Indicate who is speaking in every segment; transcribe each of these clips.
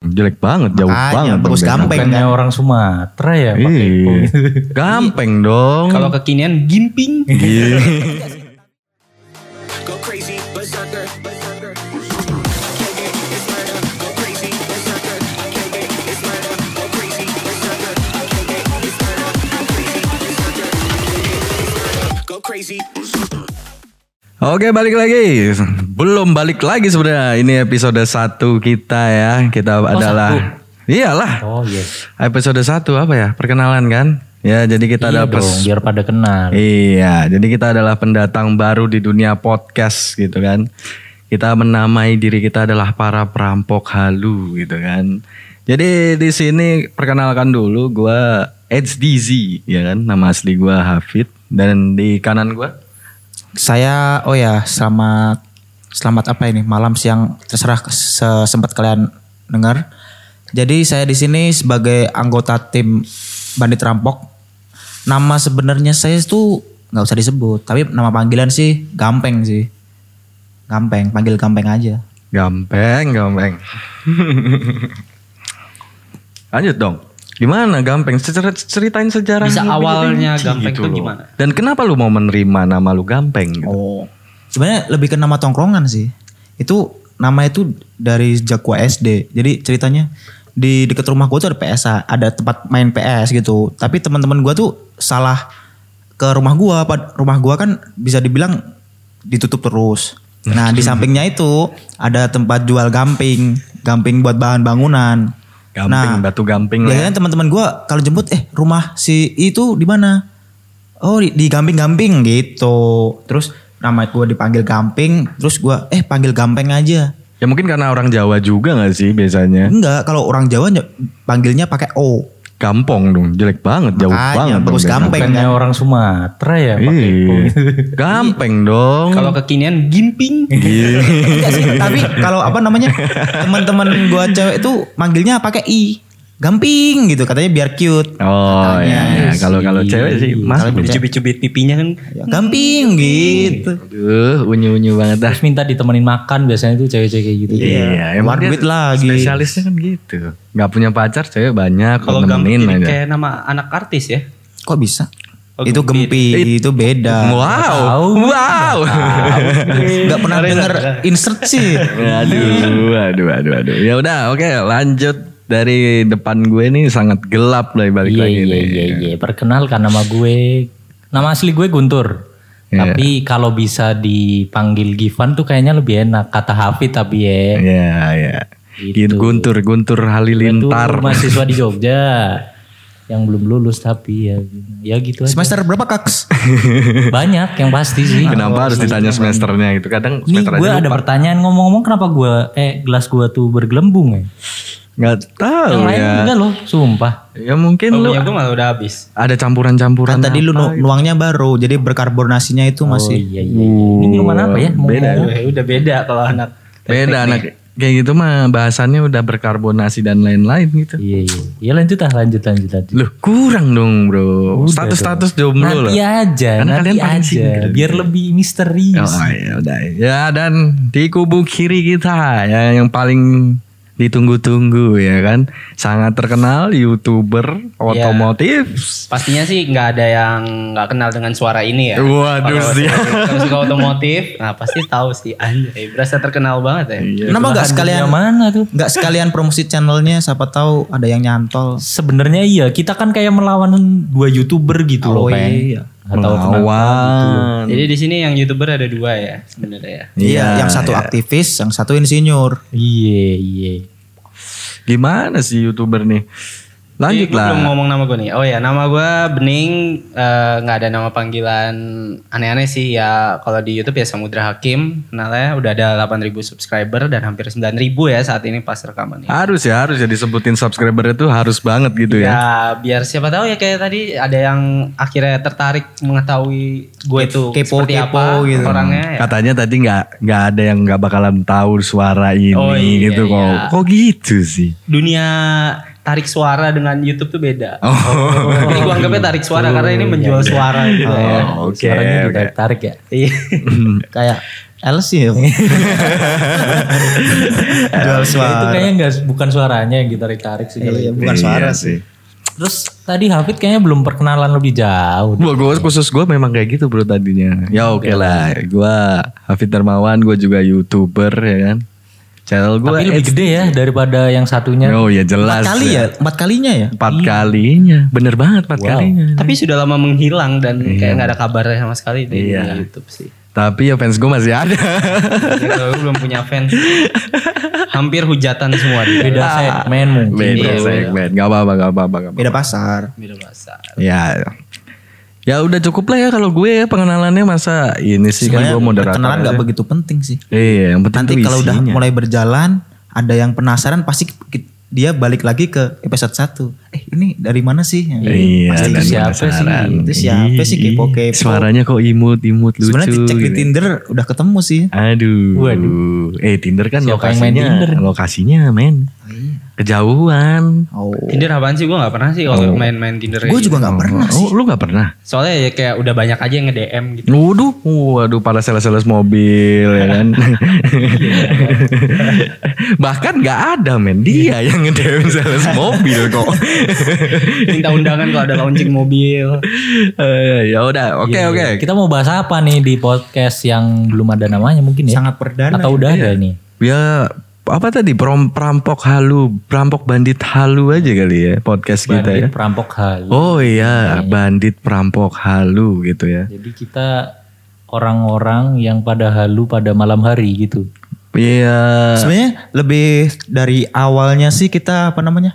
Speaker 1: Jelek banget, jauh
Speaker 2: Makanya,
Speaker 1: banget. Iya. dong
Speaker 2: bagus
Speaker 1: dari
Speaker 2: gampang.
Speaker 1: gampang.
Speaker 3: kan?
Speaker 4: Bukannya orang Sumatera ya pakai
Speaker 1: Iya.
Speaker 4: pung.
Speaker 1: Gampang dong.
Speaker 3: Kalau kekinian gimping.
Speaker 5: Go crazy, berserker. berserker. I can't get it's murder. Go crazy, berserker. I can't get it's murder. Go crazy, berserker. I can't get it's murder. Go crazy, berserker. I can't get it's murder. Go crazy.
Speaker 1: Oke balik lagi Belum balik lagi sebenarnya Ini episode 1 kita ya Kita adalah Iyalah
Speaker 4: Oh iya.
Speaker 1: Episode 1 apa ya Perkenalan kan Ya jadi kita
Speaker 4: Iya
Speaker 1: ada
Speaker 4: dong,
Speaker 1: pes-
Speaker 4: biar pada kenal.
Speaker 1: Iya jadi kita adalah pendatang baru di dunia podcast gitu kan Kita menamai diri kita adalah para perampok halu gitu kan Jadi di sini perkenalkan dulu gua Edge DZ ya kan Nama asli gua Hafid Dan di kanan gua
Speaker 2: Saya oh ya selamat selamat apa ini malam siang terserah se- sempat kalian dengar. Jadi saya di sini sebagai anggota tim Bandit Rampok. Nama sebenarnya saya itu nggak usah disebut, tapi nama panggilan sih Gampeng sih. Gampeng, panggil Gampeng aja.
Speaker 1: Gampeng, gampeng. Lanjut dong. Gimana gampeng? Secara- Ceritain sejarah.
Speaker 3: Bisa awalnya gampeng
Speaker 1: Gitu
Speaker 3: tuh gimana?
Speaker 1: Dan kenapa lu mau menerima nama lu gampeng? Gitu?
Speaker 2: Oh. Sebenarnya lebih ke nama tongkrongan sih. Itu nama itu dari sejak gua SD. Jadi ceritanya di dekat rumah gua tuh ada PSA, ada tempat main PS gitu. Tapi teman-teman gua tuh salah ke rumah gua, Pad- rumah gua kan bisa dibilang ditutup terus. Nah, di sampingnya itu ada tempat jual gamping, gamping buat bahan bangunan. Nah,
Speaker 1: Gamping, batu gamping lah.
Speaker 2: Biasanya teman-teman gua kalau jemput eh rumah si itu di mana? Oh di, di gamping-gamping gitu. Terus nama gua dipanggil gamping, terus gua eh panggil gampeng aja.
Speaker 1: Ya mungkin karena orang Jawa juga gak sih biasanya?
Speaker 2: Enggak, kalau orang Jawa ny- panggilnya pakai O.
Speaker 1: Gampong dong, jelek banget, jauh banget.
Speaker 2: Makanya,
Speaker 1: dong
Speaker 2: bagus
Speaker 1: dari
Speaker 2: gampeng.
Speaker 4: Bukannya
Speaker 3: kan?
Speaker 4: orang Sumatera ya
Speaker 1: gampeng.
Speaker 4: pakai pung.
Speaker 1: Iya. Gampeng dong.
Speaker 3: Kalau kekinian gimping.
Speaker 2: Enggak sih, tapi kalau apa namanya? Teman-teman gua cewek itu manggilnya pakai I. Gamping gitu katanya biar cute.
Speaker 1: Oh iya, iya.
Speaker 4: sih.
Speaker 1: kalau kalau cewek sih mas.
Speaker 2: Kalau cewek-
Speaker 3: Dicubit-cubit pipinya kan.
Speaker 2: Ya, Gamping gitu.
Speaker 1: Aduh, unyu-unyu banget dah.
Speaker 4: Terus minta ditemenin makan biasanya tuh cewek-cewek kayak gitu.
Speaker 1: Iya, emang
Speaker 2: Keluar
Speaker 1: dia
Speaker 2: duit lagi.
Speaker 1: Spesialisnya kan gitu. Gak punya pacar cewek banyak
Speaker 3: Kalau gamping
Speaker 1: nemenin
Speaker 3: jadi
Speaker 1: aja.
Speaker 3: kayak nama anak artis ya.
Speaker 2: Kok bisa?
Speaker 3: Oh,
Speaker 2: itu gempi, itu beda.
Speaker 1: Wow. Wow.
Speaker 2: Gak pernah denger insert sih.
Speaker 1: aduh, aduh, aduh, aduh. Ya udah, oke, lanjut dari depan gue nih sangat gelap lah balik
Speaker 4: Iya
Speaker 1: lagi
Speaker 4: iya
Speaker 1: nih.
Speaker 4: iya iya. Perkenalkan nama gue. Nama asli gue Guntur.
Speaker 1: Iya.
Speaker 4: Tapi kalau bisa dipanggil Gifan tuh kayaknya lebih enak kata Hafid tapi ya.
Speaker 1: Iya, iya.
Speaker 4: Gitu.
Speaker 1: Guntur, Guntur
Speaker 4: Itu
Speaker 1: Halilintar.
Speaker 4: mahasiswa di Jogja yang belum lulus tapi ya ya gitu aja.
Speaker 2: Semester berapa kaks?
Speaker 4: Banyak yang pasti sih.
Speaker 1: Kenapa harus ditanya semesternya gitu? Kadang
Speaker 4: Nih
Speaker 1: semester
Speaker 4: gue
Speaker 1: aja
Speaker 4: ada pertanyaan ngomong-ngomong kenapa gue eh gelas gue tuh bergelembung ya?
Speaker 1: nggak
Speaker 4: Yang
Speaker 1: tahu
Speaker 4: lain iya.
Speaker 1: ya.
Speaker 4: enggak loh, sumpah.
Speaker 1: Ya mungkin
Speaker 3: Oh,
Speaker 1: lu
Speaker 3: punya gue malah udah habis.
Speaker 1: ada campuran-campuran.
Speaker 4: Ah,
Speaker 2: Kan tadi lu nu- nuangnya baru, jadi berkarbonasinya itu
Speaker 4: Oh
Speaker 2: masih.
Speaker 4: iya iya. Ini minuman apa ya? Mau
Speaker 1: Uh, Beda.
Speaker 4: ngomong.
Speaker 3: Eh, udah beda kalau anak.
Speaker 1: Beda anak kayak gitu mah bahasannya udah berkarbonasi dan lain-lain gitu.
Speaker 4: Iya iya. Ya lanjut ah, lanjut lanjut lanjut.
Speaker 1: Loh kurang dong bro Status-status jomblo loh
Speaker 4: Nanti aja,
Speaker 1: Karena
Speaker 4: nanti
Speaker 1: kalian paling
Speaker 4: aja.
Speaker 1: single.
Speaker 4: Biar lebih misterius.
Speaker 1: Oh ya udah Ya dan di kubu kiri kita ya, Yang paling ditunggu-tunggu ya kan Sangat terkenal
Speaker 3: Ya.
Speaker 1: Youtuber Otomotif
Speaker 3: Pastinya sih nggak ada yang nggak kenal dengan suara ini ya.
Speaker 1: Waduh
Speaker 3: Kalau-
Speaker 1: sih
Speaker 3: Kalau suka otomotif, nah pasti tahu sih. Anjay, berasa terkenal banget ya.
Speaker 1: Iya.
Speaker 2: Kenapa nggak sekalian
Speaker 4: Yang mana tuh?
Speaker 2: nggak sekalian promosi channelnya? Siapa tahu ada yang nyantol.
Speaker 4: Sebenarnya iya, kita kan kayak melawan dua youtuber gitu loh
Speaker 2: Oh,
Speaker 4: kayak.
Speaker 2: iya.
Speaker 3: kan,
Speaker 4: Atau
Speaker 3: gitu.
Speaker 1: Melawan
Speaker 3: Jadi di sini yang youtuber ada dua ya sebenarnya ya.
Speaker 2: Iya, yang satu aktivis, yang satu insinyur.
Speaker 4: Iya iya.
Speaker 1: Gimana sih youtuber nih Lanjut
Speaker 3: Jadi gua Belum
Speaker 1: lah
Speaker 3: ngomong nama gue nih. Oh ya, nama gue Bening. eh, Nggak ada nama panggilan aneh-aneh sih ya. Kalau di YouTube ya Samudra Hakim. Kenalnya udah ada 8.000 subscriber dan hampir 9.000 ya saat ini pas rekaman ini.
Speaker 1: Harus ya harus ya disebutin subscriber itu harus banget gitu
Speaker 3: Ya,
Speaker 1: ya
Speaker 3: biar siapa tahu ya kayak tadi ada yang akhirnya tertarik mengetahui gue itu
Speaker 2: Kepo-
Speaker 3: seperti
Speaker 2: kepo
Speaker 3: apa
Speaker 2: gitu.
Speaker 3: orangnya. Ya.
Speaker 1: Katanya tadi nggak nggak ada yang nggak bakalan tahu suara ini
Speaker 3: Oh, iya,
Speaker 1: gitu kok.
Speaker 3: iya.
Speaker 1: Kok gitu sih?
Speaker 3: Dunia tarik suara dengan YouTube tuh beda.
Speaker 1: Oh,
Speaker 3: Ini gue anggapnya tarik suara
Speaker 4: Oh.
Speaker 3: karena ini menjual suara gitu ya.
Speaker 1: Oh, oke.
Speaker 4: Suaranya
Speaker 1: oke.
Speaker 4: ditarik-tarik ya.
Speaker 3: Iya.
Speaker 2: Kayak Ales sih ya. Dual
Speaker 4: Itu
Speaker 2: suara.
Speaker 4: kayaknya nggak bukan suaranya yang ditarik-tarik sih. kalau
Speaker 2: Iya,
Speaker 4: itu.
Speaker 2: bukan suara
Speaker 1: Iya
Speaker 2: sih.
Speaker 4: Terus tadi Hafid kayaknya belum perkenalan lebih jauh.
Speaker 1: Gua, gua khusus gue memang kayak gitu bro tadinya.
Speaker 2: Iya.
Speaker 1: Ya oke lah. Gue Hafid Darmawan, gue juga youtuber ya kan. Channel gue.
Speaker 4: Tapi lebih gede
Speaker 1: iya.
Speaker 4: ya daripada yang satunya.
Speaker 1: Oh ya jelas.
Speaker 2: Empat kali ya, empat kalinya ya.
Speaker 1: Empat kalinya. Bener banget empat kalinya.
Speaker 3: Tapi sudah lama menghilang dan kayak nggak ada kabarnya sama sekali di
Speaker 1: Iya.
Speaker 3: YouTube sih.
Speaker 1: Tapi ya fans gue masih ada.
Speaker 3: Ya, Kalau gue belum punya fans, hampir hujatan semua di
Speaker 4: Beda segmen mungkin.
Speaker 1: Beda segmen. Gak apa-apa, gak apa-apa. gak apa-apa.
Speaker 2: Beda pasar.
Speaker 3: Beda bahasa.
Speaker 1: Ya. Ya udah cukup lah ya kalau gue ya pengenalannya masa ini sih kan
Speaker 2: Sebenarnya
Speaker 1: gue moderator.
Speaker 2: kenalan nggak
Speaker 1: aja.
Speaker 2: begitu penting sih.
Speaker 1: Iya, yang penting
Speaker 2: Nanti
Speaker 1: tuh
Speaker 2: kalau udah
Speaker 1: isinya.
Speaker 2: mulai berjalan, ada yang penasaran pasti ki- dia balik lagi ke episode 1. Eh ini dari mana sih?
Speaker 1: Iya,
Speaker 2: Pasti
Speaker 1: dan
Speaker 4: siapa
Speaker 1: penasaran.
Speaker 4: sih?
Speaker 2: Itu siapa sih kepo-kepo?
Speaker 1: Suaranya kok imut-imut lucu.
Speaker 2: Sebenarnya cek di
Speaker 1: gitu.
Speaker 2: Tinder udah ketemu sih.
Speaker 1: Aduh.
Speaker 4: Waduh.
Speaker 1: Eh Tinder kan
Speaker 4: Siapa yang
Speaker 1: lokasinya.
Speaker 4: main Tinder?
Speaker 1: Lokasinya men. Kejauhan.
Speaker 2: Oh.
Speaker 3: Tinder apaan sih? Gue nggak pernah sih kalau main-main Tinder. kayak
Speaker 2: Gue juga nggak pernah sih.
Speaker 1: Oh, lu gak pernah?
Speaker 3: gitu. Soalnya ya kayak udah banyak aja yang nge-DM gitu.
Speaker 1: Waduh, waduh para sales-sales mobil ya kan. Bahkan gak ada men, dia yang ngedewin sales mobil kok.
Speaker 3: Minta undangan kalau ada launching mobil.
Speaker 1: Eh, ya udah, oke oke.
Speaker 4: Kita mau bahas apa nih di podcast yang belum ada namanya
Speaker 1: oh.
Speaker 4: mungkin ya?
Speaker 2: Sangat perdana.
Speaker 4: Atau udah ada nih?
Speaker 1: gitu Ya apa tadi Perom- perampok halu, perampok bandit halu aja kali ya podcast kita ya.
Speaker 4: Bandit perampok hal.
Speaker 1: Oh iya, bandit perampok halu gitu ya.
Speaker 4: Jadi kita orang-orang yang pada halu pada malam hari gitu.
Speaker 1: Iya.
Speaker 2: Sebenarnya lebih dari awalnya sih kita apa namanya?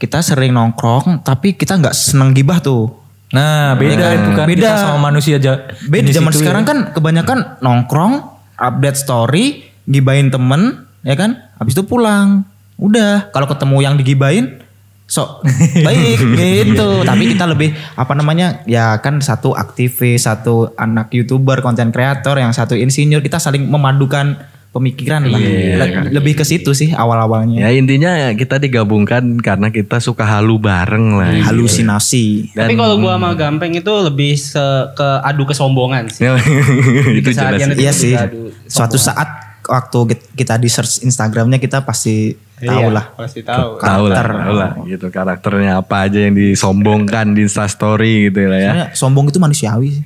Speaker 2: Kita sering nongkrong tapi kita nggak seneng gibah tuh. Iya
Speaker 4: Nah beda itu kan
Speaker 2: Beda.
Speaker 4: kita sama manusia aja.
Speaker 2: Beda zaman
Speaker 4: iya.
Speaker 2: sekarang kan kebanyakan nongkrong, update story, gibain temen, ya kan? Habis itu pulang. Udah, kalau ketemu yang digibain sok baik gitu. Tapi kita lebih apa namanya? Ya kan satu aktivis, satu anak YouTuber, konten kreator, yang satu insinyur, kita saling memadukan pemikiran lah.
Speaker 4: Iya.
Speaker 2: Le- Lebih ke situ sih awal-awalnya.
Speaker 1: Ya intinya kita digabungkan karena kita suka halu bareng lah.
Speaker 2: Halusinasi.
Speaker 3: Iya. Tapi kalau gue sama Gampeng itu lebih se- ke adu kesombongan
Speaker 1: Ya,
Speaker 3: sih. Gitu
Speaker 1: itu jelas.
Speaker 3: Keseharian itu
Speaker 2: Iya
Speaker 3: juga
Speaker 2: sih.
Speaker 3: adu
Speaker 2: Suatu saat waktu kita di search Instagramnya kita pasti tahu
Speaker 3: Iya,
Speaker 2: lah.
Speaker 3: Pasti tahu.
Speaker 1: Tahu lah,
Speaker 2: Karakter.
Speaker 1: tahu lah gitu karakternya apa aja yang disombongkan di instastory gitu lah ya.
Speaker 2: Sebenarnya sombong itu manusiawi sih.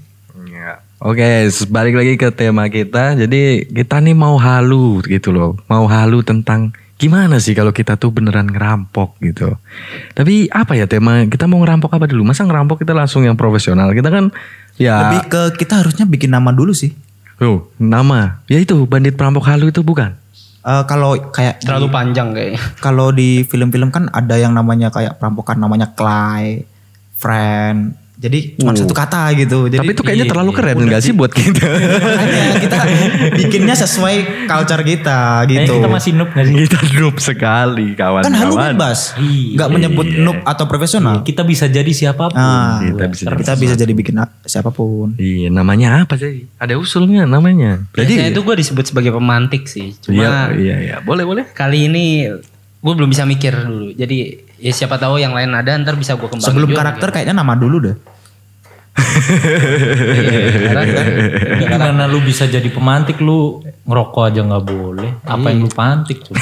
Speaker 1: Ya. Oke, s- balik lagi ke tema kita. Jadi kita nih mau halu gitu loh, mau halu tentang gimana sih kalau kita tuh beneran ngerampok gitu. Tapi apa ya tema kita mau ngerampok apa dulu? Masa ngerampok kita langsung yang profesional? Kita kan
Speaker 2: Lebih
Speaker 1: ya,
Speaker 2: ke kita harusnya bikin nama dulu sih.
Speaker 1: Loh, nama, ya itu bandit perampok halu itu bukan?
Speaker 2: Eh, kalau kayak
Speaker 3: Terlalu panjang kayaknya.
Speaker 2: kalau di film-film kan ada yang namanya kayak perampokan namanya Clay, Friend. Jadi cuma satu kata gitu. Jadi
Speaker 1: Tapi itu kayaknya terlalu keren enggak sih buat kita?
Speaker 2: makanya kita bikinnya sesuai culture kita
Speaker 4: Kayaknya
Speaker 2: gitu.
Speaker 4: Eh, kita masih noob gak sih?
Speaker 1: kita noob sekali kawan-kawan.
Speaker 2: kan halu bebas.
Speaker 4: Iya.
Speaker 2: Nggak menyebut noob atau
Speaker 1: Iya.
Speaker 2: profesional.
Speaker 4: Kita bisa jadi siapapun.
Speaker 2: Nah,
Speaker 1: Kita bisa
Speaker 2: kita bisa jadi bikin a- siapapun.
Speaker 1: Iya, namanya apa sih? Ada usulnya namanya.
Speaker 3: Biasanya
Speaker 1: Jadi
Speaker 3: itu gue disebut sebagai pemantik sih. Cuma
Speaker 1: Iya, iya, iya. Boleh, boleh.
Speaker 3: kali ini gue belum bisa mikir dulu. Jadi ya siapa tahu yang lain ada ntar bisa gue kembangin.
Speaker 2: Sebelum
Speaker 3: juga
Speaker 1: ya.
Speaker 2: karakter kayaknya nama dulu deh.
Speaker 3: mungkin. Iya, karakter.
Speaker 4: Tapi Karena lu bisa jadi pemantik lu ngerokok aja nggak boleh. Apa yang lu
Speaker 2: Iya.
Speaker 4: pantik Iya, coba?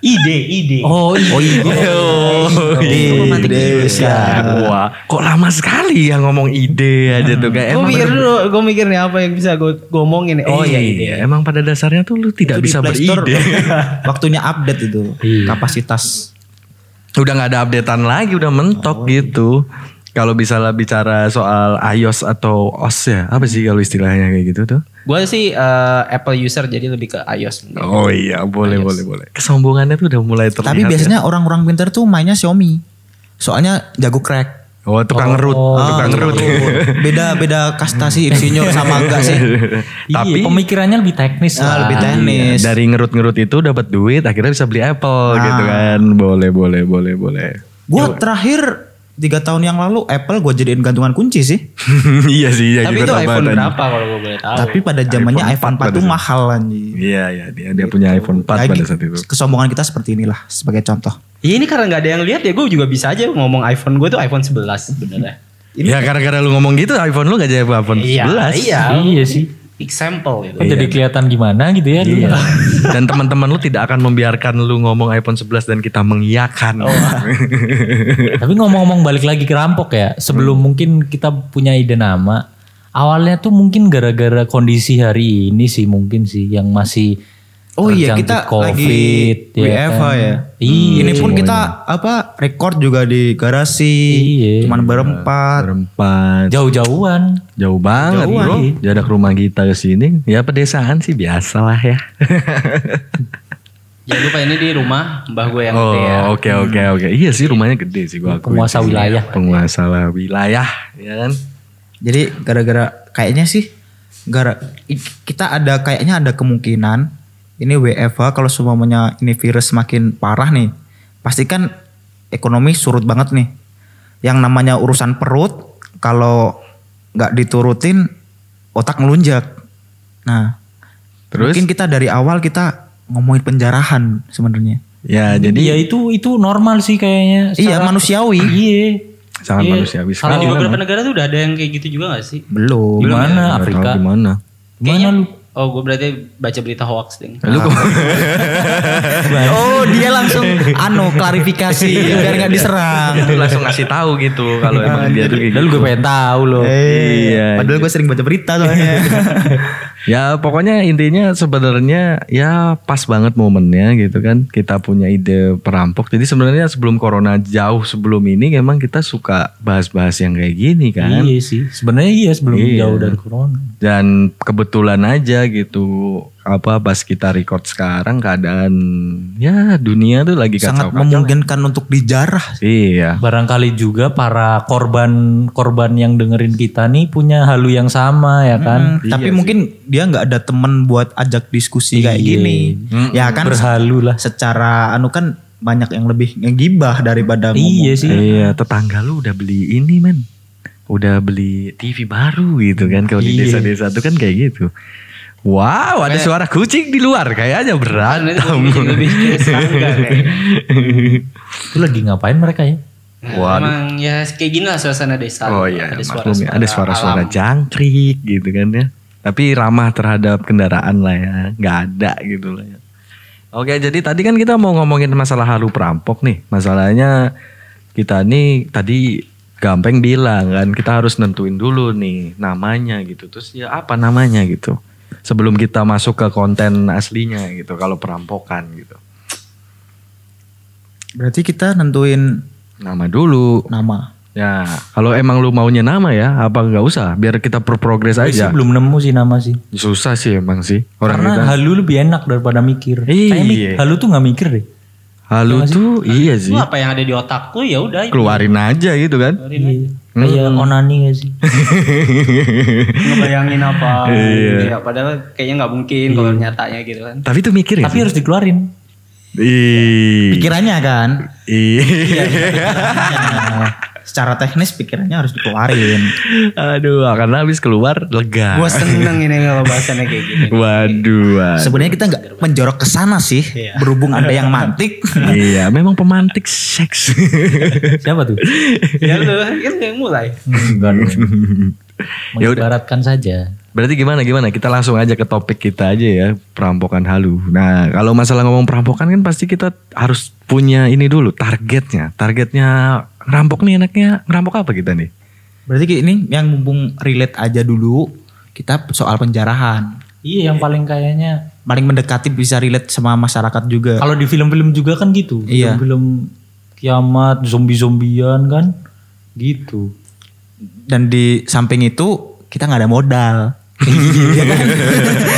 Speaker 3: ide, ide.
Speaker 4: Oh iya.
Speaker 1: Oh,
Speaker 3: pemantik
Speaker 1: ide. Iya. Wah, kok lama sekali ya ngomong ide aja tuh kayak
Speaker 3: gue
Speaker 1: emang
Speaker 3: mikir
Speaker 1: pada-
Speaker 3: dulu, gue mikir nih apa yang bisa gue ngomongin. Oh iya ide.
Speaker 1: Emang pada dasarnya tuh lu tidak
Speaker 2: Itu di
Speaker 1: bisa
Speaker 2: Play Store
Speaker 1: beride. Iya.
Speaker 2: Waktunya update itu. Kapasitas.
Speaker 1: udah nggak ada updatean lagi, udah mentok gitu. Kalau bisa lah bicara soal iOS atau OS ya, apa sih kalau istilahnya kayak gitu tuh?
Speaker 3: Gue sih eh, Apple user jadi lebih ke iOS. mungkin.
Speaker 1: Oh iya, boleh boleh boleh. Kesombongannya tuh udah mulai terlihat.
Speaker 2: Tapi biasanya orang-orang pintar tuh mainnya Xiaomi. Soalnya jago crack. Ah,
Speaker 1: ya. oh
Speaker 2: gitu.
Speaker 1: iya. tukang ngerut, tukang ngerut.
Speaker 2: beda beda kasta sih insinyur sama enggak sih.
Speaker 1: Tapi
Speaker 4: Iya, pemikirannya lebih
Speaker 2: Nah,
Speaker 4: teknis
Speaker 1: Iya.
Speaker 4: lah.
Speaker 2: lebih teknis.
Speaker 1: dari ngerut-ngerut itu dapat duit, akhirnya bisa beli Apple gitu kan. Boleh boleh boleh boleh.
Speaker 2: Gue terakhir tiga tahun yang lalu Apple gue jadiin gantungan kunci sih.
Speaker 1: iya sih, iya juga
Speaker 3: Tapi itu
Speaker 1: tambahan
Speaker 3: iPhone
Speaker 1: tadi.
Speaker 3: berapa kalau gue boleh
Speaker 1: Ah,
Speaker 3: tahu?
Speaker 2: Tapi pada zamannya iPhone 4 tuh mahal anjir.
Speaker 1: Iya, iya, dia dia punya iPhone 4 pada
Speaker 2: Lagi,
Speaker 1: saat itu.
Speaker 2: Kesombongan kita seperti inilah sebagai contoh.
Speaker 3: Ya ini karena nggak ada yang lihat ya gue juga bisa aja ngomong iPhone gue tuh iPhone 11 sebenarnya.
Speaker 1: Ya gara-gara lu ngomong gitu iPhone lu gak jadi iPhone 11.
Speaker 3: Iya.
Speaker 4: Iya sih.
Speaker 3: example gitu.
Speaker 4: Kok jadi kelihatan gimana gitu ya dulu.
Speaker 1: Iya. Dan teman-teman lu tidak akan membiarkan lu ngomong iPhone 11 dan kita mengiyakan.
Speaker 4: Oh. Tapi ngomong-ngomong balik lagi ke rampok ya, sebelum
Speaker 2: Hmm.
Speaker 4: mungkin kita punya ide nama, awalnya tuh mungkin gara-gara kondisi hari ini sih mungkin sih yang masih
Speaker 2: Oh iya
Speaker 4: terjangkit
Speaker 2: kita
Speaker 4: COVID,
Speaker 2: lagi WFH
Speaker 4: kan?
Speaker 2: ya.
Speaker 4: Iya.
Speaker 2: Ini pun kita apa record juga di garasi.
Speaker 4: Iya.
Speaker 2: Cuman berempat.
Speaker 1: Berempat.
Speaker 4: jauh-jauhan.
Speaker 1: Jauh banget
Speaker 2: Jauhan.
Speaker 1: bro. Jarak rumah kita ke sini. Ya pedesaan sih biasalah ya.
Speaker 3: Jangan Ya, lupa ini di rumah mbah gue yang gede ya.
Speaker 1: Oh oke oke oke. Iya sih rumahnya gede sih gua akui. Iya,
Speaker 4: Hmm. Penguasa wilayah.
Speaker 1: Penguasa lah wilayah ya kan.
Speaker 2: Jadi gara-gara kayaknya sih gara i- kita ada kayaknya ada kemungkinan ini WFH kalau semuanya ini virus makin parah nih. Pasti kan ekonomi surut banget nih. Yang namanya urusan perut kalau nggak diturutin otak ngelunjak. Nah,
Speaker 1: Terus
Speaker 2: mungkin kita dari awal kita ngomongin penjarahan sebenarnya.
Speaker 1: ya jadi
Speaker 4: Iya itu itu normal sih kayaknya.
Speaker 2: Iya,
Speaker 4: Secara-
Speaker 2: manusiawi.
Speaker 4: Iya.
Speaker 1: sangat
Speaker 4: Iya.
Speaker 1: manusiawi
Speaker 3: Karena
Speaker 1: sekali. ya?
Speaker 3: di beberapa negara tuh udah ada yang kayak gitu juga gak sih?
Speaker 2: Belum.
Speaker 4: Di mana
Speaker 1: Nggak tahu
Speaker 4: Afrika?
Speaker 1: Di mana?
Speaker 4: Gimana lu?
Speaker 3: Oh gue berarti baca berita hoax ding.
Speaker 4: Nah.
Speaker 2: Oh dia langsung anu klarifikasi biar nggak diserang.
Speaker 1: Itu langsung ngasih tahu gitu
Speaker 4: Nah,
Speaker 1: kalau emang dia tuh kayak gitu.
Speaker 4: Padahal gue pengen tahu loh.
Speaker 2: Eh, Padahal gue sering baca berita soalnya.
Speaker 1: Ya pokoknya intinya sebenarnya ya pas banget momennya gitu kan kita punya ide perampok. Jadi sebenarnya sebelum corona jauh sebelum ini memang kita suka bahas-bahas yang kayak gini kan.
Speaker 4: Iya sih. Sebenarnya iya sebelum
Speaker 1: Iya.
Speaker 4: jauh dari corona.
Speaker 1: Dan kebetulan aja gitu apa pas kita record sekarang keadaan ya dunia tuh lagi
Speaker 2: Sangat
Speaker 1: kacau.
Speaker 2: memungkinkan untuk dijarah.
Speaker 1: Iya.
Speaker 4: Barangkali juga para korban-korban yang dengerin kita nih punya halu yang sama ya kan.
Speaker 2: Hmm, Tapi mungkin dia nggak ada temen buat ajak diskusi kayak
Speaker 4: Iya.
Speaker 2: gini. Ya kan
Speaker 4: Berhalu lah.
Speaker 2: secara anu kan banyak yang lebih ngegibah daripada
Speaker 4: Iya
Speaker 2: ngomong.
Speaker 4: sih.
Speaker 1: Iya, tetangga lu udah beli ini, men. Udah beli TV baru gitu kan kalau di
Speaker 4: Iya.
Speaker 1: desa-desa itu kan kayak gitu. Wow, ada suara kucing di luar kayaknya
Speaker 3: Karena itu
Speaker 1: berantem.
Speaker 3: lebih lebih ke serangga kayaknya.
Speaker 4: Itu lagi ngapain mereka ya?
Speaker 3: Nah,
Speaker 1: Waduh.
Speaker 3: Emang ya kayak gini lah suasana desa.
Speaker 1: Oh iya,
Speaker 3: ada
Speaker 1: maklum ya,
Speaker 3: suara-suara
Speaker 1: ada suara-suara
Speaker 3: alam.
Speaker 1: jangkrik gitu kan ya. Tapi ramah terhadap kendaraan lah ya, nggak ada gitu lah ya. Oke, jadi tadi kan kita mau ngomongin masalah halu perampok nih. Masalahnya kita nih tadi Gampeng bilang kan kita harus nentuin dulu nih namanya gitu. Terus ya apa namanya gitu. Sebelum kita masuk ke konten aslinya gitu kalau perampokan gitu.
Speaker 2: Berarti kita nentuin
Speaker 1: Nama dulu.
Speaker 2: nama.
Speaker 1: Ya, kalau emang lu maunya nama ya, apa nggak usah, biar kita pro progress
Speaker 4: Gue sih
Speaker 1: aja.
Speaker 4: belum nemu sih nama sih.
Speaker 1: Susah sih emang sih orang
Speaker 4: Karena
Speaker 1: kita.
Speaker 4: halu lebih enak daripada mikir.
Speaker 1: Iya.
Speaker 4: Kayak mik- halu tuh nggak mikir deh.
Speaker 1: Halu tuh iya sih.
Speaker 3: Lu apa yang ada di otak lu ya udah.
Speaker 1: Keluarin aja gitu kan.
Speaker 4: Iya. Kayak onani gak sih?
Speaker 3: Ngebayangin apa.
Speaker 1: Iya.
Speaker 3: gitu ya. Padahal kayaknya nggak mungkin kalau nyatanya gitu kan.
Speaker 1: Tapi Iya. tuh mikir ya.
Speaker 4: Tapi harus dikeluarin.
Speaker 1: Ih.
Speaker 2: Pikirannya kan.
Speaker 1: Iya.
Speaker 2: eh,
Speaker 1: Ih.
Speaker 2: secara teknis pikirannya harus dikeluarin.
Speaker 1: Aduh, karena habis keluar lega.
Speaker 3: Gue seneng ini kalau bahasannya kayak gini.
Speaker 1: Waduh. waduh.
Speaker 2: Sebenarnya kita nggak menjorok ke sana sih, berhubung ada yang mantik.
Speaker 1: iya, memang pemantik seks.
Speaker 4: Siapa tuh?
Speaker 3: ya lu kan yang mulai.
Speaker 1: ya udah,
Speaker 4: Mengibaratkan saja.
Speaker 1: berarti gimana gimana? Kita langsung aja ke topik kita aja ya, perampokan halu. Nah, kalau masalah ngomong perampokan kan pasti kita harus punya ini dulu targetnya. Targetnya ngerampok nih enaknya ngerampok apa kita nih?
Speaker 2: Berarti ini yang mumpung relate aja dulu kita soal penjarahan.
Speaker 4: Iya yang paling kayaknya
Speaker 2: Paling mendekati bisa relate sama masyarakat juga.
Speaker 1: Ya.
Speaker 4: Kalau di film-film juga kan gitu.
Speaker 2: Iya.
Speaker 4: Film-film kiamat, zombie-zombian kan gitu.
Speaker 2: Dan di samping itu kita nggak ada modal. gitu, ya kan?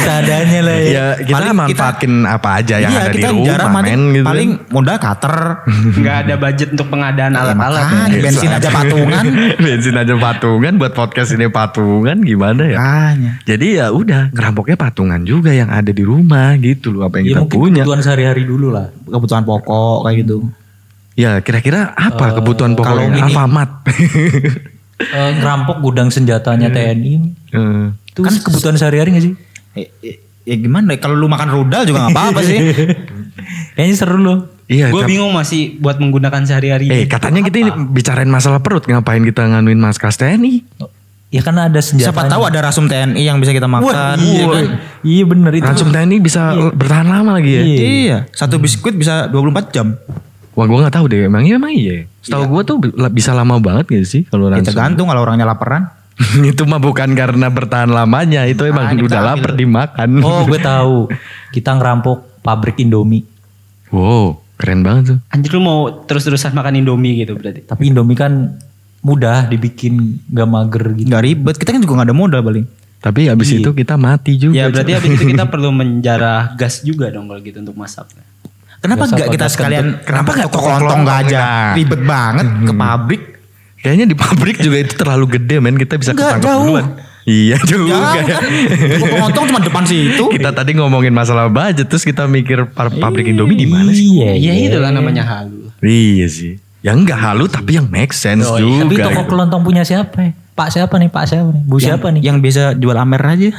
Speaker 4: Seadanya lah ya.
Speaker 1: Ya kita
Speaker 2: Iya, Paling
Speaker 1: manfaatin apa aja yang
Speaker 2: Iya,
Speaker 1: ada di
Speaker 2: kita
Speaker 1: rumah
Speaker 2: jarang mati,
Speaker 1: men gitu.
Speaker 2: paling modal cutter.
Speaker 1: Mhm.
Speaker 3: Nggak ada budget untuk pengadaan alat-alat.
Speaker 2: Makan, bensin aja
Speaker 1: Iya.
Speaker 2: patungan.
Speaker 1: Bensin aja patungan buat podcast ini patungan gimana ya?
Speaker 2: Makanya.
Speaker 1: Jadi ya udah ngerampoknya patungan juga yang ada di rumah gitu loh apa
Speaker 2: Iya,
Speaker 1: yang
Speaker 4: Ya,
Speaker 1: kita
Speaker 4: mungkin
Speaker 1: punya.
Speaker 4: kebutuhan sehari-hari dulu lah.
Speaker 2: Kebutuhan pokok kayak gitu.
Speaker 1: Ya kira-kira apa kebutuhan
Speaker 2: Eh, kalau
Speaker 1: pokoknya?
Speaker 2: ini-
Speaker 1: Alfamat.
Speaker 4: Eh, ngerampok gudang senjatanya TNI.
Speaker 1: Eh,
Speaker 4: Itu kan kebutuhan sehari-hari gak sih?
Speaker 2: Eh, eh, Ya gimana kalau lu makan rudal juga nggak apa-apa sih.
Speaker 4: Kayaknya seru loh.
Speaker 1: Iya.
Speaker 3: Gue
Speaker 1: tap-
Speaker 3: bingung masih buat menggunakan sehari-hari.
Speaker 1: Eh katanya kita ini bicarain masalah perut ngapain kita nganuin mas TNI?
Speaker 4: Ya karena ada senjata.
Speaker 2: Siapa tahu ada rasum TNI yang bisa kita makan.
Speaker 1: Ah,
Speaker 2: iya
Speaker 4: Wah, iya,
Speaker 2: kan?
Speaker 4: iya bener itu.
Speaker 1: Racun TNI bisa bertahan lama lagi ya?
Speaker 4: Iya.
Speaker 2: Iya, satu biskuit bisa 24 jam.
Speaker 1: Wah gue gak tahu deh, emang iya emang iya. Setahu gue tuh bi- bisa lama banget gak sih kalau
Speaker 2: Ya,
Speaker 1: racun?
Speaker 2: tergantung kalau orangnya laparan.
Speaker 1: itu mah bukan karena bertahan lamanya, itu emang udah
Speaker 2: ini Ah, kita
Speaker 1: lapar
Speaker 2: ambil.
Speaker 1: dimakan.
Speaker 4: Oh gue tahu. Kita ngerampok pabrik Indomie.
Speaker 1: Wow, keren banget tuh.
Speaker 3: Anjir lu mau terus-terusan makan Indomie gitu berarti.
Speaker 4: Tapi Indomie kan mudah dibikin gak mager gitu.
Speaker 2: Nggak ribet. Kita kan juga nggak ada modal paling.
Speaker 1: Tapi abis
Speaker 2: Iya.
Speaker 1: itu kita mati juga.
Speaker 3: Ya berarti habis itu kita perlu menjarah gas juga dong kalau gitu untuk masaknya.
Speaker 2: Kenapa nggak kita sekalian? Kenapa nggak toko lontong nggak aja? Hmm. Ribet banget ke pabrik.
Speaker 1: Hmm. Kayaknya di pabrik juga itu terlalu gede men, kita bisa
Speaker 2: Enggak,
Speaker 1: ketangkep
Speaker 2: jauh.
Speaker 1: duluan. Iya juga.
Speaker 2: Jauh
Speaker 1: ya.
Speaker 2: kan? Toko lontong cuma depan situ.
Speaker 1: kita tadi ngomongin masalah budget terus kita mikir par- pabrik Indomie di mana sih?
Speaker 4: Iya,
Speaker 3: Iya
Speaker 4: iya.
Speaker 3: itulah namanya halu.
Speaker 1: Iya sih. Ya enggak halu tapi yang make sense juga.
Speaker 4: Tapi toko
Speaker 1: gitu.
Speaker 4: kelontong punya siapa ya? Pak siapa nih? Pak siapa nih? Bu siapa nih?
Speaker 2: Yang biasa jual amer aja.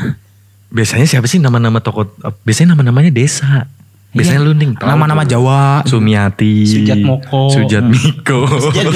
Speaker 1: Biasanya siapa sih nama-nama toko? Biasanya nama-namanya desa. Biasanya lu nih tahu
Speaker 2: Iya. Nama-nama
Speaker 1: tuh.
Speaker 2: Jawa.
Speaker 1: Sumiati,
Speaker 3: Sujat Moko.
Speaker 1: Sujat Miko.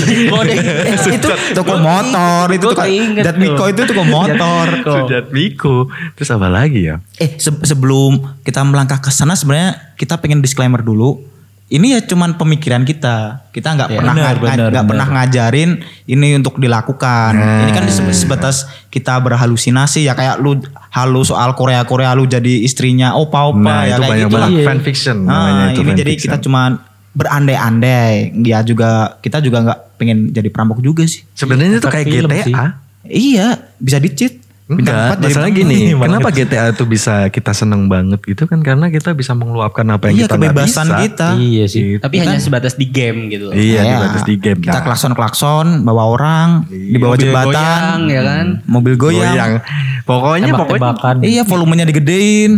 Speaker 2: Eh, itu toko motor itu
Speaker 3: Gua
Speaker 2: toko
Speaker 3: keinget
Speaker 2: Jat
Speaker 3: tuh.
Speaker 2: Miko itu toko motor.
Speaker 1: Sujat Miko. Terus apa lagi ya?
Speaker 2: Eh se- sebelum kita melangkah ke sana sebenarnya kita pengen disclaimer dulu. Ini ya cuman pemikiran kita.
Speaker 1: Ya,
Speaker 2: Kita nggak pernah
Speaker 4: benar,
Speaker 2: nga-
Speaker 4: benar,
Speaker 2: nggak
Speaker 4: benar.
Speaker 2: pernah ngajarin ini untuk dilakukan.
Speaker 1: Nah.
Speaker 2: Ini kan se- sebatas kita berhalusinasi ya kayak lu halu soal Korea Korea lu jadi istrinya opa
Speaker 1: Nah,
Speaker 2: opa
Speaker 1: itu
Speaker 2: ya kayak
Speaker 1: banyak
Speaker 2: gitulah.
Speaker 1: banget fanfiction namanya
Speaker 2: Ah,
Speaker 1: itu
Speaker 2: ini jadi
Speaker 1: fanfiction.
Speaker 2: kita cuman berandai-andai. Ya juga kita juga nggak pengen jadi perampok juga sih.
Speaker 1: Sebenarnya itu
Speaker 4: Efek
Speaker 1: kayak
Speaker 4: film
Speaker 1: GTA.
Speaker 4: sih.
Speaker 2: Iya, bisa dicit.
Speaker 1: Enggak, masalah gini,
Speaker 2: gitu.
Speaker 1: kenapa GTA tuh bisa kita seneng banget gitu kan karena kita bisa mengeluapkan apa yang
Speaker 2: Iya
Speaker 1: kita nggak bisa.
Speaker 2: kebebasan kita.
Speaker 4: Iya sih.
Speaker 1: Gitu.
Speaker 3: Tapi hanya sebatas di game gitu loh.
Speaker 1: Iya,
Speaker 2: Ya,
Speaker 1: dibatas di game.
Speaker 2: Kita
Speaker 1: Nah, Iya.
Speaker 2: klakson-klakson, bawa orang, dibawa
Speaker 3: Mobil
Speaker 2: jembatan, hmm,
Speaker 3: goyang, ya kan?
Speaker 2: mobil goyang.
Speaker 1: goyang. Pokoknya pokoknya
Speaker 4: Tembak-tembakan.
Speaker 2: Iya, volumenya
Speaker 1: Iya,
Speaker 2: digedein.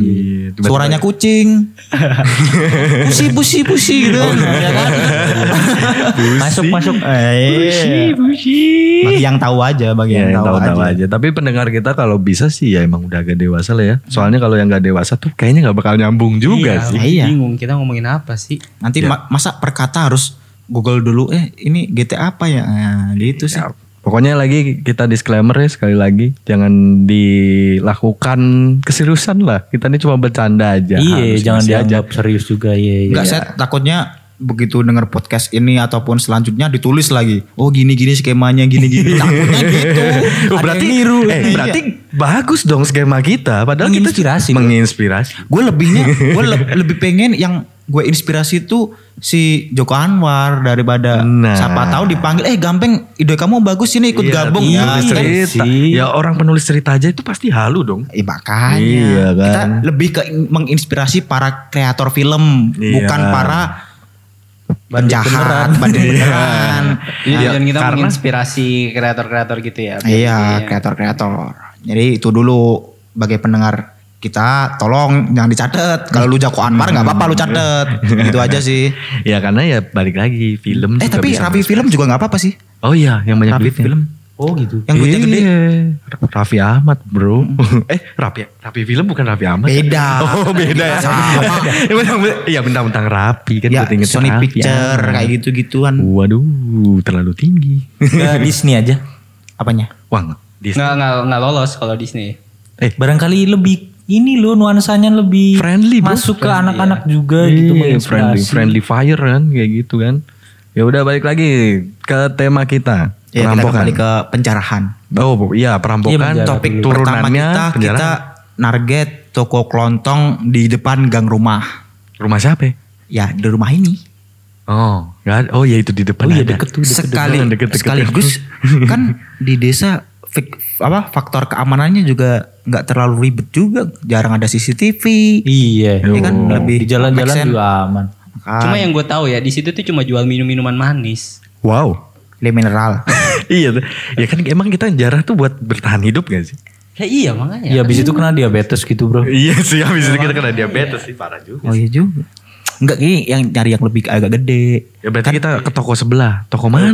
Speaker 1: tiba-tiba-
Speaker 2: Suaranya kucing. pusi pusi pusi gitu.
Speaker 1: Oh, iya.
Speaker 2: ya kan?
Speaker 4: Masuk masuk.
Speaker 2: Eh, Bagi yang tahu aja, bagi
Speaker 1: Ya,
Speaker 2: yang
Speaker 1: iya. yang
Speaker 2: tahu
Speaker 1: tahu-tahu
Speaker 2: aja.
Speaker 1: aja. Tapi pendengar kita kalau bisa sih ya emang udah agak dewasa lah ya. Soalnya kalau yang gak dewasa tuh kayaknya nggak bakal nyambung juga
Speaker 3: Iya,
Speaker 1: sih.
Speaker 3: gua
Speaker 2: Iya.
Speaker 3: Bingung kita ngomongin apa sih?
Speaker 2: Nanti
Speaker 1: Iya.
Speaker 2: ma- masa perkata harus Google dulu eh ini GTA apa ya? Nah, gitu sih.
Speaker 1: Ya, Pokoknya lagi kita disclaimer ya sekali lagi jangan dilakukan keseriusan lah. Kita ini cuma bercanda aja. Ya,
Speaker 4: Iya,
Speaker 1: Harus
Speaker 4: jangan
Speaker 1: masih aja.
Speaker 4: dianggap serius juga. Iya, iya.
Speaker 2: Enggak, saya takutnya begitu denger podcast ini ataupun selanjutnya ditulis lagi. Oh gini-gini skemanya gini-gini. takutnya gitu.
Speaker 1: Oh, berarti eh,
Speaker 2: Iya.
Speaker 1: berarti bagus dong skema kita. Padahal
Speaker 4: Menginspirasi,
Speaker 1: kita
Speaker 4: bro.
Speaker 1: menginspirasi.
Speaker 2: gue lebihnya gue le- lebih pengen yang gue inspirasi itu si Joko Anwar daripada
Speaker 1: Nah.
Speaker 2: siapa tahu dipanggil eh gampang ide kamu bagus ini ikut gabung
Speaker 1: Iya,
Speaker 2: ya.
Speaker 1: penulis
Speaker 2: kan?
Speaker 1: cerita.
Speaker 4: sih.
Speaker 1: Ya orang penulis cerita aja itu pasti halu dong.
Speaker 2: Eh, makanya
Speaker 1: Iya, kan?
Speaker 2: kita lebih ke menginspirasi para kreator film
Speaker 1: Iya.
Speaker 2: bukan para penjahat bandit beneran.
Speaker 1: Iya,
Speaker 3: Iya, dan kita
Speaker 1: karena- kan.
Speaker 3: menginspirasi kreator-kreator gitu ya.
Speaker 2: Iya, kreator-kreator. Jadi itu dulu bagi pendengar kita tolong jangan dicatat. Kalau lu Joko Anwar nggak apa-apa lu catet. Gitu aja sih.
Speaker 1: Ya karena ya balik lagi film
Speaker 2: Eh
Speaker 1: juga
Speaker 2: tapi
Speaker 1: bisa
Speaker 2: Raffi Film juga nggak apa-apa sih.
Speaker 1: Oh iya, yang banyak
Speaker 2: Raffi
Speaker 1: duitnya.
Speaker 2: Film.
Speaker 4: Oh gitu.
Speaker 2: Yang duitnya gede.
Speaker 1: Iya. Raffi Ahmad bro. eh Raffi, Raffi Film bukan Raffi Ahmad.
Speaker 2: Beda.
Speaker 1: Oh beda ya.
Speaker 2: Sama.
Speaker 1: Ya, bentar- Iya bentang-bentang Raffi kan. gua
Speaker 2: Ya
Speaker 1: inget Raffi
Speaker 2: Sony
Speaker 1: ya.
Speaker 2: Picture
Speaker 1: Ahmad.
Speaker 2: kayak gitu. gitu-gituan.
Speaker 1: Waduh terlalu tinggi.
Speaker 4: Enggak Disney aja.
Speaker 2: Apanya?
Speaker 1: Wah di
Speaker 3: Nggak, nggak, nggak lolos kalau Disney.
Speaker 4: Barangkali lebih ini loh nuansanya lebih
Speaker 1: Friendly, bro.
Speaker 4: masuk ke anak-anak juga gitu
Speaker 1: Iya,
Speaker 4: menginspirasi.
Speaker 1: friendly, friendly fire kan kayak gitu kan. Ya udah balik lagi ke tema kita.
Speaker 2: Ya kita
Speaker 1: perampokan.
Speaker 2: kembali ke penjarahan.
Speaker 1: Oh bu- iya perampokan.
Speaker 4: Iya, penjara
Speaker 1: topik
Speaker 4: dulu.
Speaker 2: Pertama
Speaker 1: turunannya
Speaker 2: kita
Speaker 1: penjara.
Speaker 2: kita target toko kelontong di depan gang rumah.
Speaker 1: rumah siapa? ya?
Speaker 2: Ya di rumah ini.
Speaker 1: Oh, nggak ada. Oh ya itu di depan.
Speaker 4: Oh iya
Speaker 1: ada.
Speaker 4: deket tuh. deket.
Speaker 2: sekali
Speaker 1: deket, deket, deket.
Speaker 2: sekaligus kan di desa fik- apa faktor keamanannya juga nggak terlalu ribet juga jarang ada CCTV
Speaker 4: Iya.
Speaker 2: Iya kan
Speaker 1: Oh.
Speaker 2: lebih
Speaker 4: Di jalan-jalan
Speaker 2: make sense.
Speaker 4: juga aman.
Speaker 1: Kan.
Speaker 2: Makan
Speaker 3: Cuma yang gue tahu ya di situ tuh cuma jual minum-minuman manis.
Speaker 1: Wow.
Speaker 2: le mineral
Speaker 1: iya, tuh. ya kan emang kita jarah tuh buat bertahan hidup gak sih?
Speaker 3: Ya iya makanya.
Speaker 4: Ya habis itu kena diabetes gitu bro.
Speaker 1: iya sih, habis itu kita kena diabetes sih parah juga.
Speaker 2: oh iya juga nggak ini yang nyari yang lebih agak gede
Speaker 1: Ya berarti kita ke toko sebelah, toko mana?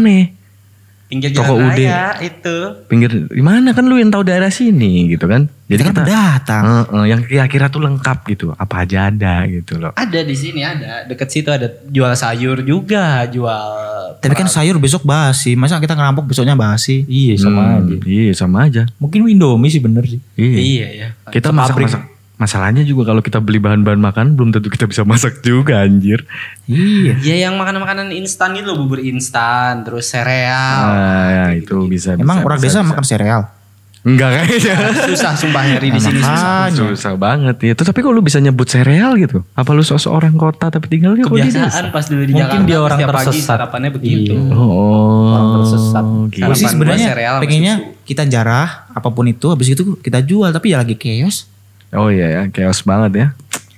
Speaker 3: Pinggir
Speaker 1: Toko
Speaker 3: jalan
Speaker 1: Ude.
Speaker 3: raya itu.
Speaker 1: Pinggir, mana kan lu yang tahu daerah sini gitu kan?
Speaker 2: jadi kan pendatang
Speaker 1: Heeh, yang kira-kira tuh lengkap gitu, apa aja ada gitu loh.
Speaker 3: Ada di sini ada. Deket situ ada jual sayur juga, jual
Speaker 2: Tapi kan sayur besok basi. Masa kita ngerampok besoknya basi?
Speaker 4: Iya sama
Speaker 1: Hmm,
Speaker 4: aja.
Speaker 1: Iya sama aja.
Speaker 4: Mungkin Indomie sih bener sih.
Speaker 1: Iya.
Speaker 3: Iya ya.
Speaker 1: Kita masak masak. Masalahnya juga kalau kita beli bahan-bahan makan belum tentu kita bisa masak juga anjir.
Speaker 2: Iya.
Speaker 3: Ya yang makanan-makanan instan gitu loh, bubur instan, terus sereal.
Speaker 1: Ah, ya, itu bisa.
Speaker 2: Emang
Speaker 1: bisa,
Speaker 2: orang
Speaker 1: bisa,
Speaker 2: desa
Speaker 1: bisa.
Speaker 2: makan sereal.
Speaker 1: Enggak kayaknya.
Speaker 3: Susah sumpah nyari di sini susah.
Speaker 2: Makanya.
Speaker 1: Susah banget ya. Itu tapi kok lu bisa nyebut sereal gitu? Apa lu sosok orang kota tapi tinggalnya kok di desa?
Speaker 3: Kebiasaan pas dulu di
Speaker 4: Mungkin
Speaker 3: Jakarta.
Speaker 4: dia orang
Speaker 3: setiap pagi
Speaker 4: tersesat.
Speaker 3: sarapannya begitu.
Speaker 4: Iya. Orang
Speaker 1: Oh,
Speaker 4: tersesat.
Speaker 1: gitu.
Speaker 2: Gue sih
Speaker 3: Harapan gua sereal
Speaker 2: sebenarnya
Speaker 3: sama
Speaker 2: pengennya kita jarah apapun itu habis itu kita jual tapi ya lagi chaos.
Speaker 1: Oh iya ya, chaos banget ya.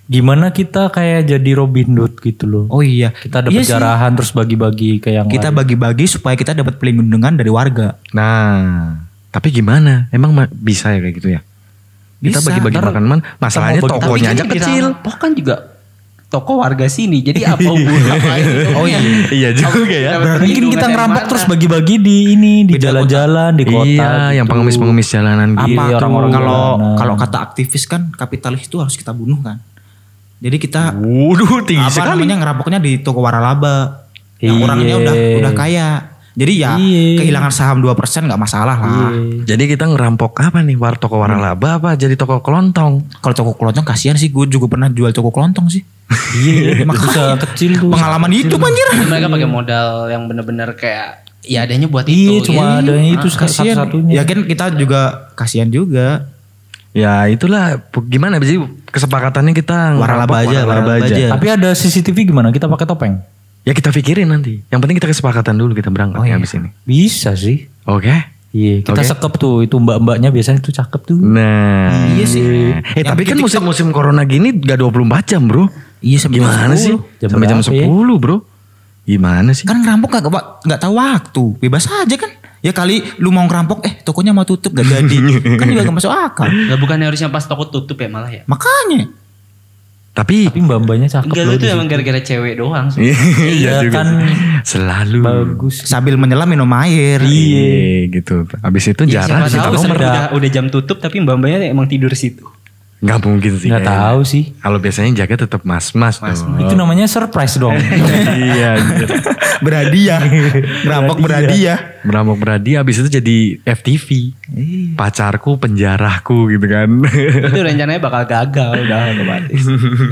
Speaker 4: Gimana kita kayak jadi Robin Hood gitu loh.
Speaker 2: Oh iya.
Speaker 4: Kita ada
Speaker 2: Iya sih.
Speaker 4: penjarahan terus bagi-bagi ke yang
Speaker 2: Kita
Speaker 4: lain.
Speaker 2: bagi-bagi supaya kita dapat perlindungan dari warga.
Speaker 1: Nah, tapi gimana? Emang ma- bisa ya kayak gitu ya? Kita
Speaker 2: Bisa,
Speaker 1: bagi-bagi
Speaker 2: ntar
Speaker 1: makanan, man. masalahnya
Speaker 4: bagi-
Speaker 1: tokonya
Speaker 3: kan
Speaker 1: aja
Speaker 3: di
Speaker 1: kecil.
Speaker 3: Rampok kan juga toko warga sini. Jadi apa gitu. hubungan?
Speaker 2: Oh iya.
Speaker 1: Iya juga ya.
Speaker 4: Mungkin kita
Speaker 3: Iya,
Speaker 4: ngerampok terus bagi-bagi di ini di jalan-jalan di kota.
Speaker 1: Iya,
Speaker 4: gitu.
Speaker 1: yang pengemis-pengemis jalanan
Speaker 4: Apa
Speaker 1: gitu.
Speaker 4: tuh?
Speaker 2: orang-orang kalau
Speaker 4: jalanan.
Speaker 2: kalau kata aktivis kan kapitalis itu harus kita bunuh kan. Jadi kita
Speaker 1: Waduh, tinggi
Speaker 2: apa
Speaker 1: sekali.
Speaker 2: namanya ngerampoknya di toko waralaba. Yang
Speaker 4: Iya.
Speaker 2: orangnya udah udah kaya. Jadi ya
Speaker 4: Iya.
Speaker 2: kehilangan saham 2% nggak masalah lah.
Speaker 1: Jadi kita ngerampok apa nih? War toko waralaba apa? Jadi toko kelontong?
Speaker 2: Kalau toko kelontong kasihan sih gue juga pernah jual toko kelontong sih.
Speaker 4: Iya,
Speaker 2: Makanya.
Speaker 4: bisa kecil tuh. Iya.
Speaker 2: Pengalaman hidup anjir.
Speaker 3: Mereka pakai modal yang bener-bener kayak ya adanya buat
Speaker 4: Iya,
Speaker 3: itu.
Speaker 4: cuma
Speaker 3: ya.
Speaker 4: adanya itu satu-satunya.
Speaker 2: Ya kan kita juga kasihan juga.
Speaker 1: Ya itulah pe- gimana sih kesepakatannya kita ngerampok
Speaker 2: Waralaba aja, waralaba aja.
Speaker 4: Tapi ada CCTV gimana? Kita pakai topeng?
Speaker 1: Ya kita pikirin nanti. Yang penting kita kesepakatan dulu kita berangkat ya habis ini.
Speaker 4: Bisa sih.
Speaker 1: Oke.
Speaker 4: Iya, kita sekep tuh itu mbak-mbaknya biasanya tuh cakep tuh.
Speaker 1: Nah.
Speaker 2: Iya sih.
Speaker 1: Eh tapi kan musim-musim corona gini gak 24 jam, Bro.
Speaker 2: Iya sampai
Speaker 1: Gimana sih?
Speaker 4: Jam
Speaker 1: Sampai jam
Speaker 4: berapa ya?
Speaker 1: 10, Bro. Gimana sih?
Speaker 2: Kan ngerampok gak, nggak tahu waktu. Bebas aja kan. Ya kali lu mau ngerampok eh tokonya mau tutup gak jadi. kan juga gak masuk akal.
Speaker 3: Lah bukan harusnya pas toko tutup ya malah ya.
Speaker 2: Makanya.
Speaker 1: Tapi
Speaker 4: Tapi mbak-mbaknya cakep
Speaker 3: Enggak
Speaker 4: loh.
Speaker 3: lu tuh
Speaker 4: di
Speaker 3: emang gara-gara cewek doang. sih.
Speaker 1: iya
Speaker 4: Iya
Speaker 1: juga
Speaker 4: kan.
Speaker 1: sih. Selalu.
Speaker 4: situ. Bagus.
Speaker 2: Sambil menyelam minum air.
Speaker 1: Iya gitu. Habis itu
Speaker 3: Ya,
Speaker 1: jarang
Speaker 3: siapa
Speaker 1: sih
Speaker 3: tahu
Speaker 1: nomor.
Speaker 3: udah, udah jam tutup tapi mbak-mbaknya emang tidur situ.
Speaker 1: Gak mungkin sih.
Speaker 4: Nggak
Speaker 1: kayaknya.
Speaker 4: tahu sih.
Speaker 1: Kalau biasanya jaga tetap mas-mas. dong.
Speaker 4: Itu namanya surprise dong.
Speaker 1: Iya. anjir.
Speaker 2: Berhadiah. Ngerampok berhadiah.
Speaker 1: Merampok beradi habis itu jadi FTV.
Speaker 2: Iya.
Speaker 1: Pacarku penjarahku gitu kan.
Speaker 3: itu rencananya bakal gagal udah otomatis.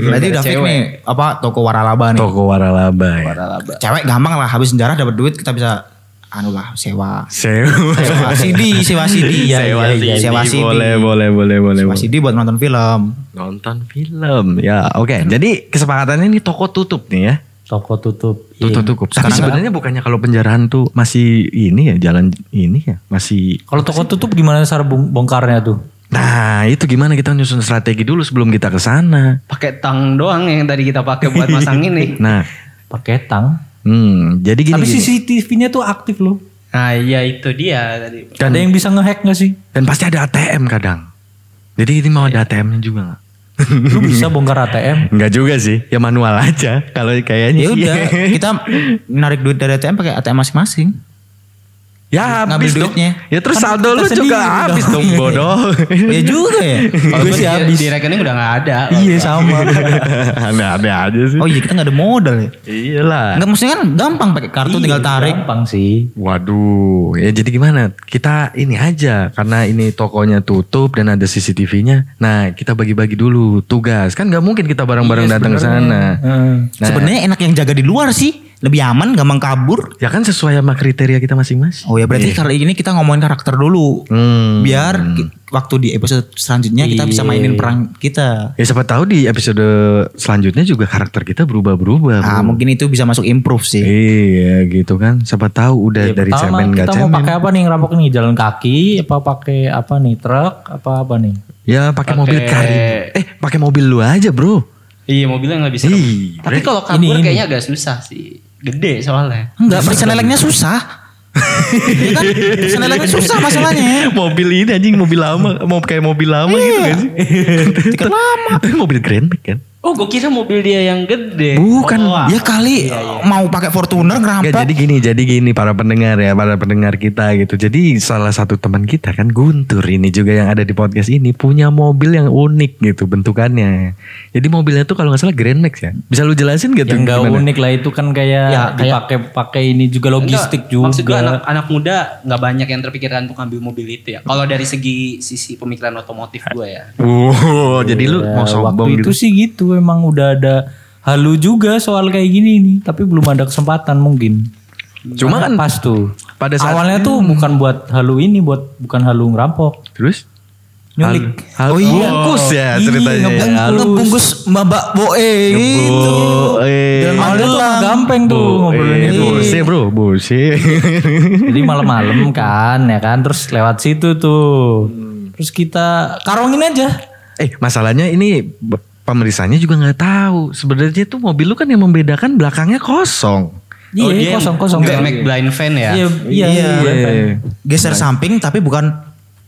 Speaker 2: Berarti udah fix nih apa toko waralaba nih.
Speaker 1: Toko waralaba ya.
Speaker 2: Cewek gampang lah habis sejarah dapat duit kita bisa anu lah sewa.
Speaker 1: Sewa.
Speaker 2: Sewa CD, sewa CD. Iya,
Speaker 1: Sewa
Speaker 2: iya,
Speaker 1: CD.
Speaker 2: iya, Sewa CD.
Speaker 1: Boleh, boleh, boleh, boleh.
Speaker 2: Sewa
Speaker 1: boleh.
Speaker 2: CD buat nonton film.
Speaker 1: Nonton film. Ya, oke. Jadi kesepakatannya ini toko tutup nih ya.
Speaker 4: Toko tutup. Iya.
Speaker 1: Toko tutup. Tapi sebenarnya bukannya kalau penjarahan tuh masih ini ya jalan ini ya, masih
Speaker 4: Kalau toko tutup gimana cara bong- bongkarnya tuh?
Speaker 1: Nah, itu gimana kita nyusun strategi dulu sebelum kita ke sana.
Speaker 3: Pakai tang doang yang tadi kita pakai buat masang ini.
Speaker 1: Nah,
Speaker 4: Pakai tang.
Speaker 1: hmm, jadi gini,
Speaker 4: Tapi
Speaker 1: gini.
Speaker 4: CCTV-nya tuh aktif loh.
Speaker 3: Nah, iya itu dia tadi.
Speaker 1: Dan-
Speaker 4: ada yang bisa ngehack gak sih?
Speaker 1: dan pasti ada ATM kadang. Jadi ini mau ada ATM-nya juga nggak?
Speaker 4: Lu bisa bongkar ATM.
Speaker 1: Enggak juga sih, ya manual aja kalau kayaknya. sih.
Speaker 2: Ya udah, kita narik duit dari ATM pakai ATM masing-masing.
Speaker 1: ya
Speaker 2: ngambil
Speaker 1: habis dong.
Speaker 2: duitnya.
Speaker 1: Ya terus
Speaker 2: Kan
Speaker 1: saldo
Speaker 2: kita
Speaker 1: lu
Speaker 2: sendiri
Speaker 1: juga
Speaker 2: dong.
Speaker 1: habis dong bodoh.
Speaker 2: ya juga ya.
Speaker 3: Gue sih habis. Di rekening udah gak ada.
Speaker 2: iya sama.
Speaker 1: Aneh-aneh aja sih.
Speaker 2: Oh iya kita nggak ada modal ya.
Speaker 1: Iyalah.
Speaker 2: Enggak maksudnya kan gampang pakai kartu tinggal tarik.
Speaker 4: Gampang sih.
Speaker 1: Waduh, ya jadi gimana? Kita ini aja karena ini tokonya tutup dan ada CCTV-nya. Nah, kita bagi-bagi dulu tugas. Kan nggak mungkin kita bareng-bareng datang ke sana.
Speaker 4: Heeh.
Speaker 1: Nah,
Speaker 2: Sebenarnya enak yang jaga di luar sih, lebih aman, gampang kabur.
Speaker 1: ya kan sesuai sama kriteria kita masing-masing.
Speaker 2: Oh ya berarti kali ini kita ngomongin karakter dulu.
Speaker 1: Hmm.
Speaker 2: Biar ki- waktu di episode selanjutnya kita bisa mainin perang kita.
Speaker 1: Ya siapa tahu di episode selanjutnya juga karakter kita berubah-berubah.
Speaker 2: Ah,
Speaker 1: Bro.
Speaker 2: mungkin itu bisa masuk improve sih.
Speaker 1: Iya, gitu kan. Siapa tahu udah dari
Speaker 4: Iya, Pertama,
Speaker 1: cemen nggak
Speaker 4: kita mau
Speaker 1: cemen.
Speaker 4: pakai apa nih ngerampok nih? Jalan kaki? Apa pakai apa nih? Truk? Apa apa nih?
Speaker 1: Ya pakai mobil karim. Eh, pakai mobil lu aja, Bro.
Speaker 3: Iya, mobilnya gak bisa.
Speaker 1: Ih,
Speaker 3: Tapi kalau
Speaker 4: ini,
Speaker 3: kabur
Speaker 4: ini.
Speaker 3: kayaknya agak susah sih. Gede soalnya.
Speaker 2: Enggak, periksa lelengnya susah. Iya kan? Periksa lelengnya susah masalahnya. Iya.
Speaker 1: mobil ini anjing mobil lama, mau kayak mobil lama gitu kan sih.
Speaker 2: Tiket lama.
Speaker 1: Tapi mobil Grand Max kan?
Speaker 3: Oh, gue kira mobil dia yang
Speaker 1: Eh,
Speaker 3: gede.
Speaker 2: Bukan,
Speaker 3: Oh, wah.
Speaker 2: ya kali mau pakai Fortuner
Speaker 1: Iya, Nggak,
Speaker 2: ngerampok.
Speaker 1: Ya, jadi gini, jadi gini para pendengar ya, para pendengar kita gitu. Jadi salah satu teman kita kan Guntur ini juga yang ada di podcast ini punya mobil yang unik gitu bentukannya. Jadi mobilnya tuh kalau nggak salah Grand Max ya. Bisa lu jelasin gitu?
Speaker 4: yang gak
Speaker 1: gimana?
Speaker 4: unik lah itu kan kayak
Speaker 2: Ya, kayak-
Speaker 4: dipakai pakai ini juga logistik
Speaker 3: iya. Enggak,
Speaker 4: juga.
Speaker 3: Maksud gue anak, anak muda nggak banyak yang terpikirkan untuk ambil mobil itu ya. Kalau dari segi sisi pemikiran otomotif gue ya.
Speaker 1: Wow, jadi lu
Speaker 4: Ya,
Speaker 1: mau sombong
Speaker 4: waktu
Speaker 1: gitu.
Speaker 4: itu sih gitu emang udah ada halu juga soal kayak gini nih, tapi belum ada kesempatan mungkin.
Speaker 1: Cuma kan
Speaker 4: Karena pas tuh.
Speaker 1: pada saat- kan
Speaker 4: awalnya tuh bukan buat halu ini, buat bukan halu ngerampok.
Speaker 1: Terus?
Speaker 4: Nyulik.
Speaker 1: Hal, hal,
Speaker 2: Oh iya.
Speaker 1: bungkus ya
Speaker 4: Iya,
Speaker 1: ceritanya.
Speaker 4: ngebungkus.
Speaker 1: ya.
Speaker 2: Ngebungkus Mbak Boe gitu.
Speaker 1: Bu- eh.
Speaker 2: Dalam
Speaker 4: Awalnya tuh
Speaker 2: Magelang.
Speaker 4: gampang tuh ngobrolin
Speaker 1: Eh,
Speaker 4: itu.
Speaker 1: bose bro, bose.
Speaker 4: Jadi malam-malam kan ya kan terus lewat situ tuh.
Speaker 1: Hmm.
Speaker 4: Terus kita karongin aja.
Speaker 1: eh, masalahnya ini b- pemeriksanya juga nggak tahu. Sebenarnya tuh mobil lu kan yang membedakan belakangnya kosong.
Speaker 4: Iya,
Speaker 3: dia
Speaker 4: kosong kosong.
Speaker 3: Grand Max blind fan ya.
Speaker 4: Iya, iya, iya.
Speaker 1: kan?
Speaker 2: Geser
Speaker 1: Iya.
Speaker 2: samping tapi bukan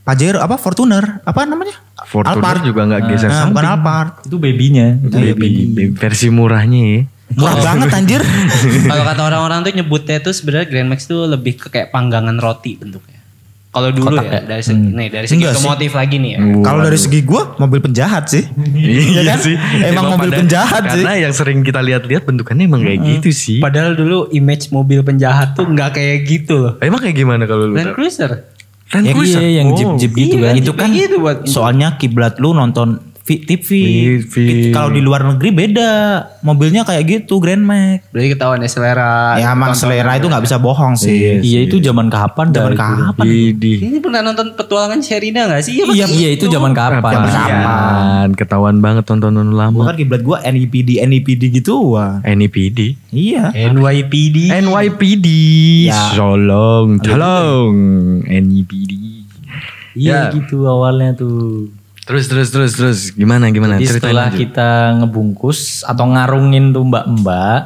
Speaker 2: Pajero apa Fortuner apa namanya?
Speaker 1: Fortuner
Speaker 2: Alphard.
Speaker 1: juga nggak geser
Speaker 2: Nah,
Speaker 1: samping.
Speaker 2: bukan Alphard.
Speaker 4: Itu babynya.
Speaker 1: Baby, baby versi murahnya ya.
Speaker 2: Murah banget anjir.
Speaker 3: Kalau kata orang-orang tuh nyebutnya tuh sebenarnya Grand Max tuh lebih ke kayak panggangan roti bentuknya. Kalau dulu
Speaker 4: Kotak
Speaker 3: ya,
Speaker 4: ya?
Speaker 3: dari segi, nih dari segi
Speaker 2: Enggak sih.
Speaker 3: otomotif lagi nih ya.
Speaker 2: Kalau dari segi gua mobil penjahat sih.
Speaker 1: Iya
Speaker 2: kan? Emang mobil penjahat sih.
Speaker 1: Karena yang sering kita lihat-lihat bentukannya emang kayak gitu sih.
Speaker 3: Padahal dulu image mobil penjahat tuh nggak kayak gitu loh.
Speaker 1: Emang kayak gimana kalau lu?
Speaker 3: Land Cruiser.
Speaker 1: Land
Speaker 4: Ya,
Speaker 1: Cruiser?
Speaker 4: iya, yang
Speaker 1: Oh.
Speaker 4: jeep-jeep gitu
Speaker 3: Iya,
Speaker 4: kan.
Speaker 3: jeep
Speaker 4: Itu kan
Speaker 3: gitu buat
Speaker 2: Soalnya kiblat lu nonton vi- TV.
Speaker 1: TV.
Speaker 2: Kalau di luar negeri beda. Mobilnya kayak gitu Grand Max.
Speaker 3: berarti ketahuan ya selera.
Speaker 2: Ya emang selera itu nggak bisa bohong sih.
Speaker 4: Iya, itu zaman kapan
Speaker 2: Zaman
Speaker 4: dah itu?
Speaker 2: kapan?
Speaker 1: Widih.
Speaker 3: Ini pernah nonton petualangan Sherina gak sih?
Speaker 4: Iya, iya itu zaman kapan?
Speaker 1: Zaman
Speaker 4: Iya,
Speaker 1: kapan? Ketahuan banget tontonan lama.
Speaker 2: Bukan Kan kiblat gua E NIPD NIPD gitu wah.
Speaker 1: NIPD.
Speaker 2: Iya.
Speaker 3: NYPD.
Speaker 1: NYPD.
Speaker 2: Ya.
Speaker 1: Tolong, tolong. NYPD. Ya.
Speaker 4: Iya gitu awalnya tuh.
Speaker 1: Terus terus terus terus gimana gimana
Speaker 4: Jadi
Speaker 1: Ceritain
Speaker 4: setelah
Speaker 1: aja.
Speaker 4: kita ngebungkus atau ngarungin tuh mbak-mbak,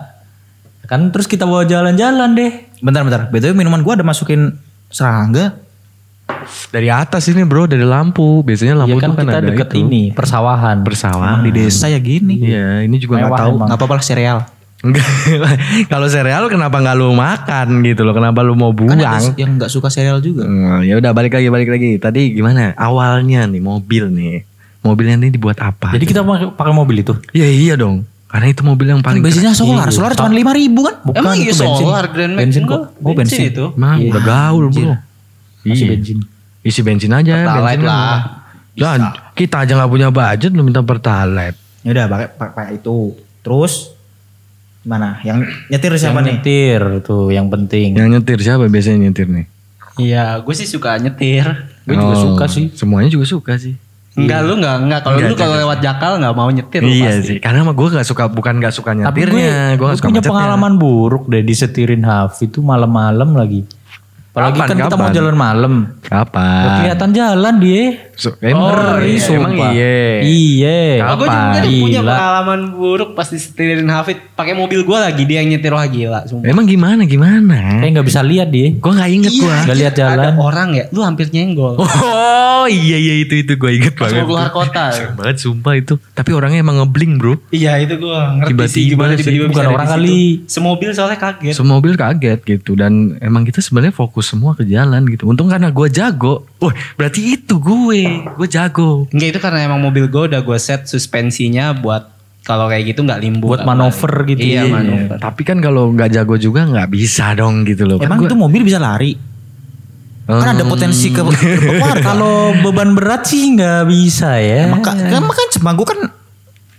Speaker 4: kan terus kita bawa jalan-jalan deh.
Speaker 2: Bentar bentar. BTW minuman gua ada masukin serangga.
Speaker 1: dari atas ini bro dari lampu biasanya
Speaker 4: Iya
Speaker 1: lampu
Speaker 4: kan,
Speaker 1: tuh kan
Speaker 4: kita
Speaker 1: ada
Speaker 4: deket
Speaker 1: itu
Speaker 4: ini persawahan.
Speaker 1: persawahan
Speaker 2: Di desa ya gini.
Speaker 1: Iya ini juga nggak
Speaker 4: Mewah
Speaker 1: tahu
Speaker 4: emang.
Speaker 2: Enggak apa-apa lah sereal.
Speaker 1: Enggak. kalau sereal kenapa nggak lu makan gitu loh kenapa lu mau
Speaker 2: Kan ada
Speaker 1: buang
Speaker 2: yang nggak suka sereal juga.
Speaker 1: Hmm, ya udah balik lagi balik lagi tadi gimana awalnya nih mobil nih mobilnya ini dibuat apa
Speaker 4: Jadi kita pakai pakai mobil itu.
Speaker 1: ya iya dong karena itu mobil yang paling
Speaker 4: Kan
Speaker 2: Bensinnya
Speaker 1: keren.
Speaker 2: solar, iya. solar cuma lima ribu kan?
Speaker 4: Bukan
Speaker 3: Emang iya
Speaker 4: itu bensin.
Speaker 3: solar Grand Max?
Speaker 4: Bensin
Speaker 3: Enggak,
Speaker 4: kok. Oh, bensin.
Speaker 3: itu.
Speaker 1: Emang udah gaul bro. Iya.
Speaker 4: Masih bensin.
Speaker 1: Isi bensin aja. bensin
Speaker 3: Pertalite lah.
Speaker 1: Lah, kita aja nggak punya budget lu minta pertalite.
Speaker 2: Ya udah pakai pakai itu. Terus mana? Yang nyetir siapa
Speaker 4: yang
Speaker 2: nih?
Speaker 4: nyetir tuh yang penting.
Speaker 1: Yang nyetir siapa biasanya nyetir nih?
Speaker 3: Iya, gue sih suka nyetir.
Speaker 4: Gue juga
Speaker 1: Oh,
Speaker 4: suka sih.
Speaker 1: Semuanya juga suka sih.
Speaker 4: Iya.
Speaker 3: Enggak lu enggak enggak kalau
Speaker 1: Enggak,
Speaker 3: lu kalau lewat Jakal enggak mau nyetir lu
Speaker 1: iya
Speaker 3: pasti.
Speaker 1: sih. Karena sama gue nggak suka bukan nggak suka
Speaker 4: Tapi
Speaker 1: nyetirnya, gue
Speaker 4: gue
Speaker 1: nggak suka
Speaker 4: punya
Speaker 1: macetnya.
Speaker 4: pengalaman buruk deh disetirin Hafi itu malam-malam lagi. Apalagi
Speaker 1: Kapan,
Speaker 4: kan kita mau
Speaker 1: kapan?
Speaker 4: jalan malam.
Speaker 1: Kapan?
Speaker 4: Gak kelihatan jalan dia.
Speaker 1: So- emang,
Speaker 4: iya,
Speaker 1: iya, emang
Speaker 4: sumpah.
Speaker 1: iya.
Speaker 4: Iya.
Speaker 1: Kalau
Speaker 3: Aku juga
Speaker 4: Gila.
Speaker 3: punya pengalaman buruk pas disetirin Hafid pakai mobil gue lagi dia yang nyetir wah gila sumpah.
Speaker 1: Emang gimana gimana?
Speaker 4: Kayak Eh, nggak bisa lihat dia.
Speaker 1: Gue nggak inget gua.
Speaker 4: Nggak Iya, lihat jalan.
Speaker 3: Iya, Ada orang ya, lu hampir nyenggol.
Speaker 1: Oh iya iya itu itu gue inget
Speaker 3: Pas
Speaker 1: banget.
Speaker 3: mau keluar kota.
Speaker 1: Serem banget sumpah itu. Tapi orangnya emang ngebling bro.
Speaker 3: Iya itu gue ngerti
Speaker 1: Tiba-tiba
Speaker 3: sih gimana
Speaker 1: sih,
Speaker 3: tiba-tiba
Speaker 4: bukan
Speaker 3: bisa ada
Speaker 4: orang
Speaker 3: di
Speaker 4: kali.
Speaker 3: situ. Semobil soalnya kaget.
Speaker 1: Semua mobil kaget gitu dan emang kita sebenarnya fokus semua ke jalan gitu. Untung karena gue jago. Wah berarti itu gue, gue jago.
Speaker 3: Enggak itu karena emang mobil gue udah gue set suspensinya buat kalau kayak gitu nggak limbo.
Speaker 4: Buat
Speaker 3: nggak
Speaker 4: manuver
Speaker 3: balik.
Speaker 4: gitu.
Speaker 3: Iya
Speaker 4: Iya.
Speaker 3: manuver.
Speaker 1: Tapi kan kalau nggak jago juga nggak bisa dong gitu loh.
Speaker 2: Emang itu mobil bisa lari? Kan ada potensi ke keluar kalau
Speaker 4: Kalau beban berat sih nggak bisa ya.
Speaker 2: maka kan makan cuma gua kan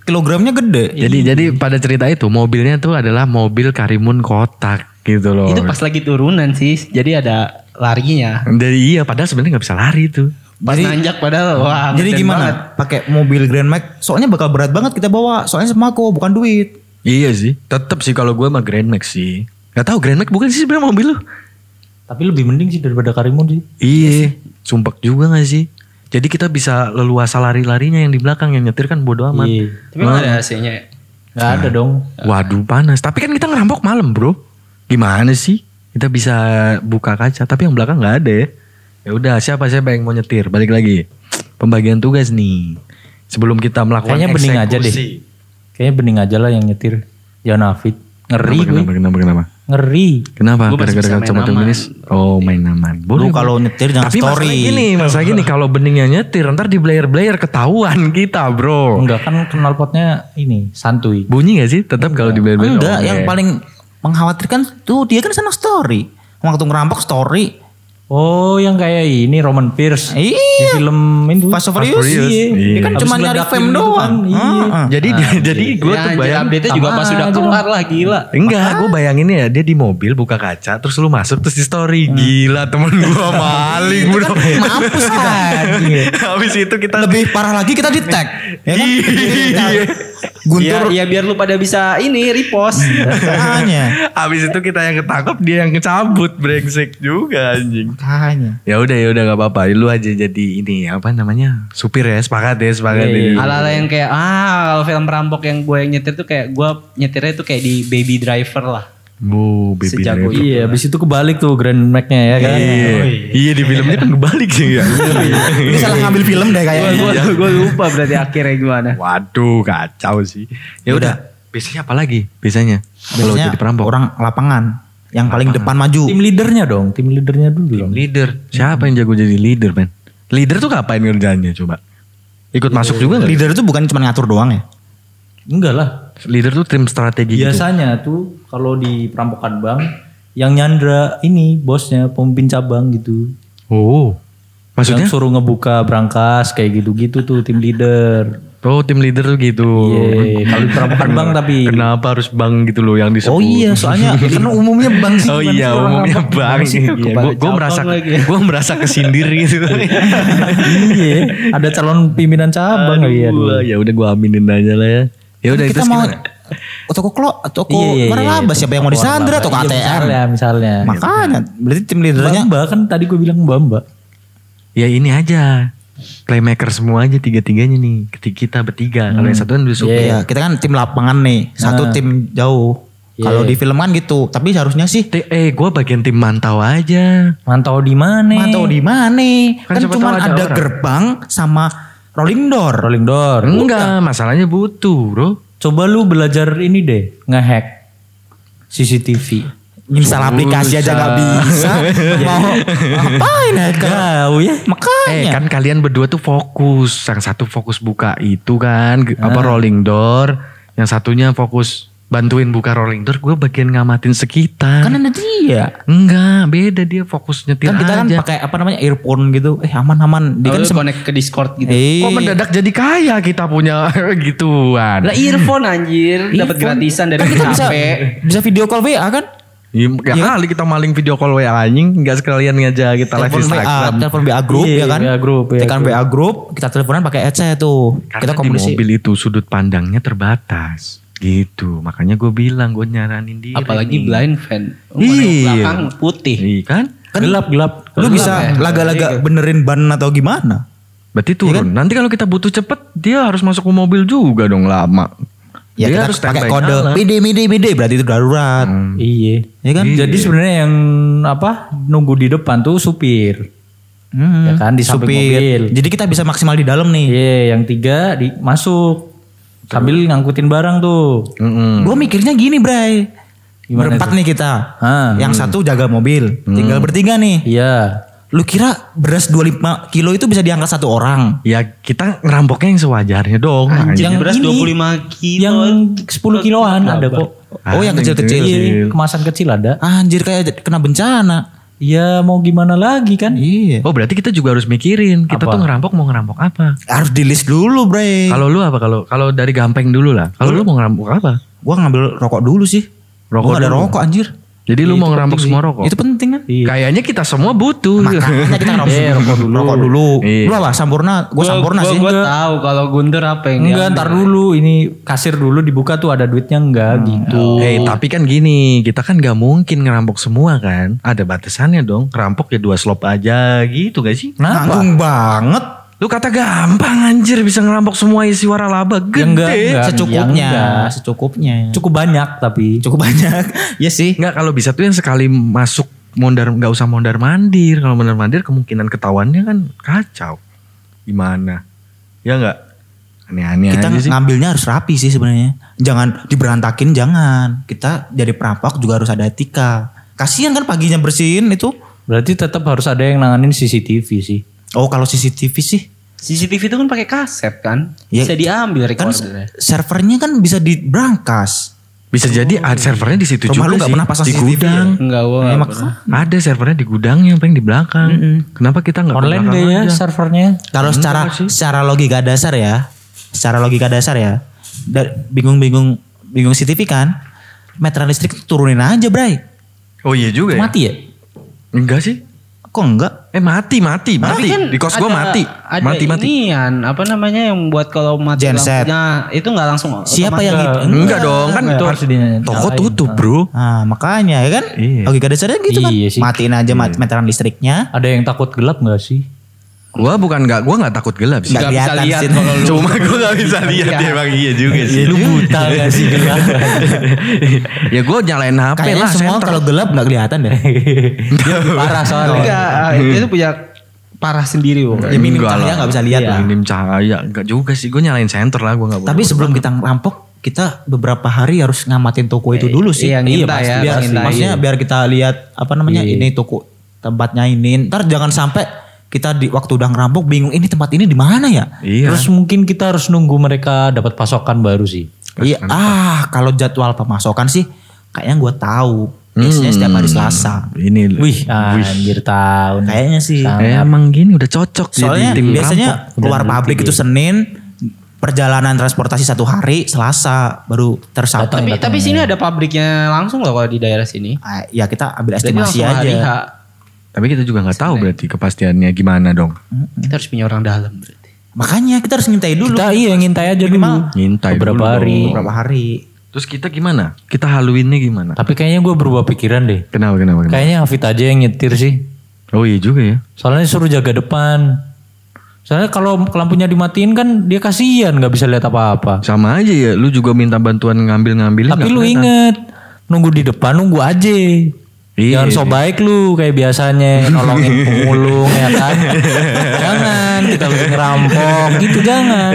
Speaker 2: kilogramnya gede.
Speaker 1: Jadi
Speaker 3: Iya.
Speaker 1: jadi pada cerita itu mobilnya tuh adalah mobil Karimun kotak gitu
Speaker 4: Oh,
Speaker 1: loh.
Speaker 4: iya.
Speaker 3: Itu pas lagi turunan sih, jadi ada larinya.
Speaker 1: Dari iya padahal sebenarnya nggak bisa lari tuh.
Speaker 3: Pas nanjak padahal wah.
Speaker 2: Jadi
Speaker 3: ngeten banget.
Speaker 2: gimana? Pakai mobil Grand Max, soalnya bakal berat banget kita bawa. Soalnya sembako bukan duit.
Speaker 1: Iya sih. Tetap sih kalau gue sama Grand Max sih. Gak tahu Grand Max bukan sih sebenarnya mobil lo.
Speaker 4: Tapi lebih mending sih daripada Karimun sih.
Speaker 1: Iya. Sumpek juga gak sih? Jadi kita bisa leluasa lari-larinya yang di belakang yang nyetir kan bodo amat.
Speaker 4: Iya.
Speaker 3: Tapi emang ada AC-nya. ya?
Speaker 4: Gak
Speaker 1: Nah.
Speaker 4: ada dong.
Speaker 1: Waduh panas. Tapi kan kita ngerampok malam bro. Gimana sih? Kita bisa buka kaca. Tapi yang belakang nggak ada ya. Ya udah siapa siapa yang mau nyetir. Balik lagi. Pembagian tugas nih. Sebelum kita melakukan
Speaker 4: Kayaknya bening aja deh.
Speaker 1: kan eksekusi.
Speaker 4: Kayaknya bening aja lah yang nyetir. Jangan Afid. Ngeri gue.
Speaker 1: Kenapa, kenapa, kenapa?
Speaker 4: Ngeri.
Speaker 1: Kenapa?
Speaker 3: Gua masih
Speaker 1: Gara-gara
Speaker 3: bisa main
Speaker 1: kacamata
Speaker 3: aman.
Speaker 1: minus? Oh, main aman. Boleh.
Speaker 2: Lu kalau nyetir jangan
Speaker 1: Tapi
Speaker 2: story.
Speaker 1: masalah gini, masalah gini kalau beningnya nyetir ntar di blayer-blayer ketahuan kita, Bro.
Speaker 4: Enggak kan knalpotnya ini santuy.
Speaker 1: Bunyi gak sih tetap kalau di blayer-blayer?
Speaker 2: Enggak,
Speaker 1: Oh,
Speaker 2: yang
Speaker 1: oke.
Speaker 2: paling mengkhawatirkan tuh dia kan senang story. Waktu ngerampok story.
Speaker 4: Oh yang kayak ini Roman Pierce. Di
Speaker 2: Iya.
Speaker 4: film itu.
Speaker 2: Fast and Furious.
Speaker 1: Furious,
Speaker 2: Iya.
Speaker 1: iya.
Speaker 2: Dia kan
Speaker 4: Habis
Speaker 2: cuma nyari
Speaker 4: ledakin
Speaker 2: fame
Speaker 4: itu
Speaker 2: doang. Ah.
Speaker 4: kan, iya.
Speaker 2: Heeh.
Speaker 1: Jadi jadi
Speaker 2: iya.
Speaker 1: gue tuh bayang
Speaker 3: Ya, update-nya juga pas sudah keluar lah gila.
Speaker 2: Ah.
Speaker 1: Enggak, gue bayangin ya dia di mobil buka kaca terus lu masuk terus di story.
Speaker 2: Hmm.
Speaker 1: Gila temen gue maling bro.
Speaker 2: Mampus kita.
Speaker 1: Habis itu kita
Speaker 2: kan- Iya. Lebih parah lagi kita di tag. Ya kan?
Speaker 1: Iya.
Speaker 2: Guntur
Speaker 3: Ya, ya biar lu pada bisa ini repost.
Speaker 2: Iya. Kayaknya.
Speaker 1: Habis itu kita yang ketangkep dia yang kecabut brengsek juga anjing.
Speaker 2: Kayaknya.
Speaker 1: Ya udah ya udah nggak apa-apa. Lu aja jadi ini apa namanya supir ya sepakat ya sepakat
Speaker 4: Iya,
Speaker 1: ini.
Speaker 4: iya.
Speaker 3: Ala-ala yang kayak ah kalau film perampok yang gue yang nyetir tuh kayak gue nyetirnya tuh kayak di baby driver lah.
Speaker 1: Bu, baby
Speaker 3: Sejago
Speaker 1: driver.
Speaker 4: Iya, habis itu kebalik tuh Grand Mac-nya ya kan.
Speaker 1: Iya. Iya di filmnya kan kebalik sih ya.
Speaker 2: Ini
Speaker 1: Iya.
Speaker 2: salah ngambil film deh kayaknya.
Speaker 3: Gue lupa berarti akhirnya gimana.
Speaker 1: Waduh kacau sih. Ya udah. Biasanya apa lagi? Biasanya kalau
Speaker 2: Biasanya
Speaker 1: jadi perampok.
Speaker 2: orang lapangan yang paling depan maju.
Speaker 4: Tim leadernya dong, tim leadernya dulu dong.
Speaker 1: Leader. Siapa yang jago jadi leader, men? Leader tuh ngapain kerjanya coba? Ikut masuk juga nggak?
Speaker 2: Leader itu bukan cuma ngatur doang ya.
Speaker 4: Enggak lah.
Speaker 1: Leader tuh tim strategi gitu.
Speaker 4: Biasanya tuh kalau di perampokan bank yang nyandra ini bosnya pemimpin cabang gitu.
Speaker 1: Oh. Maksudnya?
Speaker 4: Yang suruh ngebuka brankas kayak gitu-gitu tuh tim leader.
Speaker 1: Oh, tim leader tuh gitu.
Speaker 2: Oh.
Speaker 4: Iya, kalau di perampokan bank tapi. kan,
Speaker 1: Kenapa harus bank gitu loh yang disebut?
Speaker 2: Oh iya, soalnya karena umumnya bank sih.
Speaker 1: Oh
Speaker 2: gimana
Speaker 1: iya,
Speaker 2: sih orang
Speaker 1: umumnya
Speaker 2: rampok.
Speaker 1: bank. Iya,
Speaker 3: Kebalik
Speaker 1: gue
Speaker 3: cabang
Speaker 1: merasa
Speaker 3: lagi.
Speaker 1: gue merasa kesindir gitu.
Speaker 4: iya, ada calon pimpinan cabang
Speaker 1: Aduh,
Speaker 4: iya. aduh.
Speaker 1: ya udah gue aminin aja lah ya. Ya udah
Speaker 2: Kan kita
Speaker 1: terus
Speaker 2: mau
Speaker 1: gimana?
Speaker 2: toko klo, toko
Speaker 4: Iya, iya, iya.
Speaker 2: waralaba siapa yang mau
Speaker 4: Toko
Speaker 2: disandra,
Speaker 4: waralaba.
Speaker 2: toko
Speaker 4: Iya, Misalnya,
Speaker 2: ATM.
Speaker 4: misalnya.
Speaker 1: Nah, gitu.
Speaker 2: Makanya berarti tim leadernya
Speaker 4: Mbak kan tadi gue bilang Mbak Mbak.
Speaker 1: Ya ini aja. Playmaker semua aja tiga-tiganya nih. Ketika kita bertiga. Kalau yang satu kan udah supir.
Speaker 2: Iya, kita kan tim lapangan nih,
Speaker 1: Nah.
Speaker 2: satu tim jauh.
Speaker 1: Iya,
Speaker 2: Kalau di film kan gitu, tapi seharusnya sih
Speaker 1: Te- Eh, gue bagian tim mantau aja.
Speaker 4: Mantau di mana?
Speaker 2: mantau di mana?
Speaker 1: Kan
Speaker 2: Kan,
Speaker 1: siapa
Speaker 2: cuma
Speaker 1: tahu ada
Speaker 2: ada,
Speaker 1: orang.
Speaker 2: gerbang sama rolling door.
Speaker 4: rolling door.
Speaker 1: Enggak, masalahnya butuh, bro.
Speaker 4: Coba lu belajar ini deh, ngehack CCTV.
Speaker 2: Install aplikasi aja nggak bisa.
Speaker 1: Iya.
Speaker 2: mau ngapain ya?
Speaker 4: Tahu ya?
Speaker 1: Eh,
Speaker 2: Makanya.
Speaker 1: kan kalian berdua tuh fokus. Yang satu fokus buka itu kan, ge-
Speaker 2: Ah.
Speaker 1: apa rolling door. Yang satunya fokus bantuin buka rolling door. Gue bagian ngamatin sekitar.
Speaker 2: kan ada dia.
Speaker 1: Enggak, beda dia fokus nyetir
Speaker 2: kan kita kan
Speaker 1: aja.
Speaker 2: pakai apa namanya earphone gitu eh aman aman dia
Speaker 3: Dia
Speaker 2: kan sem-
Speaker 3: connect ke Discord gitu.
Speaker 2: eh
Speaker 1: Kok mendadak jadi kaya kita punya gituan.
Speaker 3: Lah earphone anjir, dapat gratisan dari
Speaker 2: kan kita bisa
Speaker 3: HP.
Speaker 2: bisa video call VA kan
Speaker 1: Ya, nggak kali kita maling video call WA anjing, nggak sekalian aja kita live Instagram.
Speaker 2: telepon WA group ya
Speaker 4: Iya,
Speaker 2: kan
Speaker 4: WA group, WA
Speaker 2: tekan WA group kita teleponan pakai headset tuh
Speaker 1: Karena
Speaker 2: kita
Speaker 1: di
Speaker 2: komunikasi
Speaker 1: mobil itu sudut pandangnya terbatas. Gitu, makanya gue bilang gue nyaranin dia.
Speaker 3: Apalagi blind fan.
Speaker 1: Iya.
Speaker 3: Belakang putih.
Speaker 1: Iya kan?
Speaker 2: kan
Speaker 4: gelap gelap.
Speaker 2: lu bisa
Speaker 3: ya.
Speaker 2: laga-laga benerin ban atau gimana
Speaker 1: Berarti
Speaker 2: Iya
Speaker 1: turun.
Speaker 2: kan?
Speaker 1: Nanti kalau kita butuh cepet, dia harus masuk ke mobil juga dong lama.
Speaker 2: ya
Speaker 1: dia
Speaker 2: kita
Speaker 1: harus
Speaker 2: pakai
Speaker 1: standby
Speaker 2: kode
Speaker 1: nyala.
Speaker 2: midi midi midi berarti itu darurat
Speaker 4: Iya.
Speaker 2: ya kan
Speaker 1: Iya.
Speaker 4: Jadi sebenarnya yang apa nunggu di depan tuh supir.
Speaker 2: Hmm.
Speaker 4: Ya kan, di samping mobil.
Speaker 2: jadi kita bisa maksimal di dalam nih
Speaker 4: Iya, yang tiga di masuk sambil ngangkutin barang tuh.
Speaker 1: Mm-mm.
Speaker 2: Gue mikirnya gini Bray Berempat nih kita
Speaker 4: Ah,
Speaker 2: Yang satu jaga mobil Tinggal bertiga nih
Speaker 4: Iya.
Speaker 2: Lu kira beras 25 kilo itu bisa diangkat satu orang
Speaker 1: Ya kita ngerampoknya yang sewajarnya dong.
Speaker 3: Anjir,
Speaker 4: Yang
Speaker 3: beras
Speaker 4: ini,
Speaker 3: 25 kilo.
Speaker 4: Yang 10 kiloan ada kok.
Speaker 2: Oh yang kecil-kecil
Speaker 4: Iya, kemasan kecil ada.
Speaker 2: Anjir kayak j- kena bencana
Speaker 4: Iya, mau gimana lagi kan?
Speaker 2: Iya
Speaker 1: Oh berarti kita juga harus mikirin kita tuh ngerampok mau ngerampok apa?
Speaker 2: Harus di list dulu Bray
Speaker 1: Kalau lu apa kalau kalau dari gampeng dulu lah. Kalau Iya. lu mau ngerampok apa?
Speaker 2: Gue ngambil rokok dulu sih
Speaker 1: Rokok
Speaker 2: Gua nggak ada
Speaker 1: dulu.
Speaker 2: rokok anjir
Speaker 1: Jadi lu mau ngerampok semua rokok? Iya.
Speaker 2: Itu penting kan
Speaker 1: Kayaknya kita semua butuh.
Speaker 2: Makanya kita harus Eh, rokok dulu Rokok dulu
Speaker 1: Iya.
Speaker 2: Lu apa sampurna Gue sampurna
Speaker 3: gua,
Speaker 2: sih
Speaker 3: Gue tahu kalau Guntur apa yang
Speaker 4: Enggak, ntar dulu ini kasir dulu dibuka tuh ada duitnya enggak
Speaker 1: Hmm.
Speaker 4: gitu.
Speaker 1: Hei, tapi kan gini, kita kan gak mungkin ngerampok semua kan? Ada batasannya dong. Ngerampok ya dua slop aja gitu gak sih?
Speaker 2: Nanggung banget
Speaker 1: Lu kata gampang anjir bisa ngerampok semua isi waralaba. Gede.
Speaker 4: Ya enggak, enggak.
Speaker 2: Secukupnya
Speaker 4: Ya enggak.
Speaker 2: Kan, Secukupnya
Speaker 4: Cukup banyak tapi.
Speaker 2: Cukup banyak Iya sih
Speaker 1: Enggak, kalau bisa tuh yang sekali masuk mondar nggak usah mondar mandir. Kalau mondar mandir kemungkinan ketahuannya kan kacau. Gimana? Ya enggak? Aneh-aneh
Speaker 2: kita
Speaker 1: aja sih.
Speaker 2: ngambilnya harus rapi sih sebenarnya. Jangan diberantakin jangan. Kita jadi perampok juga harus ada etika. Kasihan kan paginya bersihin itu.
Speaker 4: Berarti tetap harus ada yang nanganin CCTV sih.
Speaker 2: Oh kalau CCTV sih
Speaker 3: CCTV itu kan pakai kaset kan?
Speaker 2: Ya,
Speaker 3: Bisa diambil
Speaker 2: kan
Speaker 1: gitu ya.
Speaker 3: recordernya.
Speaker 2: servernya kan bisa diberangkas.
Speaker 1: Bisa jadi ada servernya di situ
Speaker 2: Rumah
Speaker 1: juga
Speaker 2: lu nggak
Speaker 1: sih,
Speaker 2: pernah pasang
Speaker 1: di
Speaker 2: CCTV ya?
Speaker 1: gudang. Iya,
Speaker 3: Enggak, gua
Speaker 2: Ya,
Speaker 3: nggak
Speaker 2: mak-
Speaker 3: pernah.
Speaker 1: Ada servernya di gudang yang paling di belakang. Kenapa kita nggak
Speaker 4: Online
Speaker 1: ke
Speaker 4: gak
Speaker 1: belakang
Speaker 4: ya
Speaker 1: aja?
Speaker 4: servernya?
Speaker 2: Kalau
Speaker 1: Hmm,
Speaker 2: secara secara logika dasar ya, secara logika dasar ya, da- bingung-bingung bingung CCTV kan, meteran listrik turunin aja bray.
Speaker 1: Oh iya juga ya?
Speaker 4: Mati ya?
Speaker 1: Enggak sih.
Speaker 2: Kok enggak?
Speaker 1: Eh mati, mati, mati.
Speaker 3: Tapi kan
Speaker 1: di kos gue
Speaker 3: ada-
Speaker 1: mati.
Speaker 3: Ada
Speaker 1: Mati, mati.
Speaker 3: inian, apa namanya yang buat kalau mati
Speaker 2: Genset.
Speaker 3: lampunya itu nggak langsung
Speaker 2: Siapa yang gitu?
Speaker 1: Enggak dong, kan
Speaker 4: Enggak, harus dinyalain.
Speaker 1: toko
Speaker 4: Nyalain.
Speaker 1: tutup bro.
Speaker 2: Ah, makanya ya kan?
Speaker 1: Iya.
Speaker 2: Logika dasarnya gitu kan.
Speaker 4: Iya sih.
Speaker 2: Matiin aja mat- meteran listriknya.
Speaker 4: Ada yang takut gelap gak sih?
Speaker 1: Gua bukan nggak, gua nggak takut gelap sih.
Speaker 2: Nggak
Speaker 3: bisa
Speaker 2: kelihatan
Speaker 3: lihat
Speaker 2: sih.
Speaker 3: kalau lu-
Speaker 1: Cuma gue gak bisa lihat ya bang iya juga sih.
Speaker 4: Lu buta gak sih gelap?
Speaker 1: ya gue nyalain HP
Speaker 2: Kayaknya
Speaker 1: lah. ya,
Speaker 2: semua
Speaker 1: senter. Iya,
Speaker 2: kalau gelap nggak kelihatan deh.
Speaker 4: Parah
Speaker 3: Iya.
Speaker 4: soalnya.
Speaker 3: Enggak, ah, itu tuh punya parah sendiri pokoknya.
Speaker 2: ya minim
Speaker 1: Enggak
Speaker 2: cahaya
Speaker 1: lah.
Speaker 2: nggak bisa lihat lah.
Speaker 1: Iya. Minim cahaya enggak juga sih. Gue nyalain center lah gue nggak.
Speaker 2: Iya. Tapi sebelum kita ngerampok, kita beberapa hari harus ngamatin toko itu dulu sih.
Speaker 3: Iya, ngintai
Speaker 2: pasti.
Speaker 3: ya,
Speaker 2: Biar,
Speaker 3: ngintai.
Speaker 2: maksudnya biar kita lihat apa namanya
Speaker 4: Iya.
Speaker 2: ini toko tempatnya ini. Ntar jangan sampai kita di waktu udah ngerampok bingung ini tempat ini di mana ya?
Speaker 1: Iya.
Speaker 4: Terus mungkin kita harus nunggu mereka dapat pasokan baru sih.
Speaker 2: Iya. Ah, kalau jadwal pemasokan sih kayaknya gue tahu. Biasanya setiap hari
Speaker 3: Hmm.
Speaker 2: Selasa.
Speaker 1: ini.
Speaker 3: Iya.
Speaker 1: Wih.
Speaker 4: Anjir tahun.
Speaker 2: Kayaknya sih.
Speaker 1: emang gini udah cocok
Speaker 2: Soalnya
Speaker 1: jadi tim
Speaker 2: biasanya
Speaker 1: rampok.
Speaker 2: keluar pabrik itu Senin, perjalanan transportasi satu hari, Selasa baru
Speaker 3: Tapi
Speaker 2: tersampai.
Speaker 3: tapi sini ada pabriknya langsung loh kalau di daerah sini.
Speaker 2: Ah, Ya kita ambil
Speaker 3: Jadi
Speaker 2: estimasi
Speaker 3: langsung hari H.
Speaker 2: aja.
Speaker 1: Tapi kita juga nggak tahu berarti kepastiannya gimana dong.
Speaker 3: Kita harus punya orang dalam berarti.
Speaker 2: Makanya kita harus ngintai dulu
Speaker 4: Kita iya ngintai aja dulu.
Speaker 1: Ngintai
Speaker 4: Beberapa
Speaker 1: dulu
Speaker 4: hari.
Speaker 1: dong.
Speaker 2: beberapa hari.
Speaker 1: Terus kita gimana? Kita haluinnya gimana?
Speaker 4: Tapi kayaknya gue berubah pikiran deh.
Speaker 1: Kenapa kenapa? kenapa?
Speaker 4: Kayaknya Hafid aja yang nyetir sih.
Speaker 1: Oh iya juga ya.
Speaker 4: Soalnya suruh jaga depan. Soalnya kalau lampunya dimatiin kan dia kasihan nggak bisa lihat apa-apa.
Speaker 1: Sama aja ya. Lu juga minta bantuan ngambil-ngambilin.
Speaker 4: Tapi
Speaker 1: nggak
Speaker 4: lu
Speaker 1: kelihatan.
Speaker 4: inget nunggu di depan nunggu aja.
Speaker 1: Iya,
Speaker 4: Jangan so
Speaker 1: iya.
Speaker 4: baik lu kayak biasanya nolongin pemulung ya kan. jangan kita lagi ngerampok gitu jangan.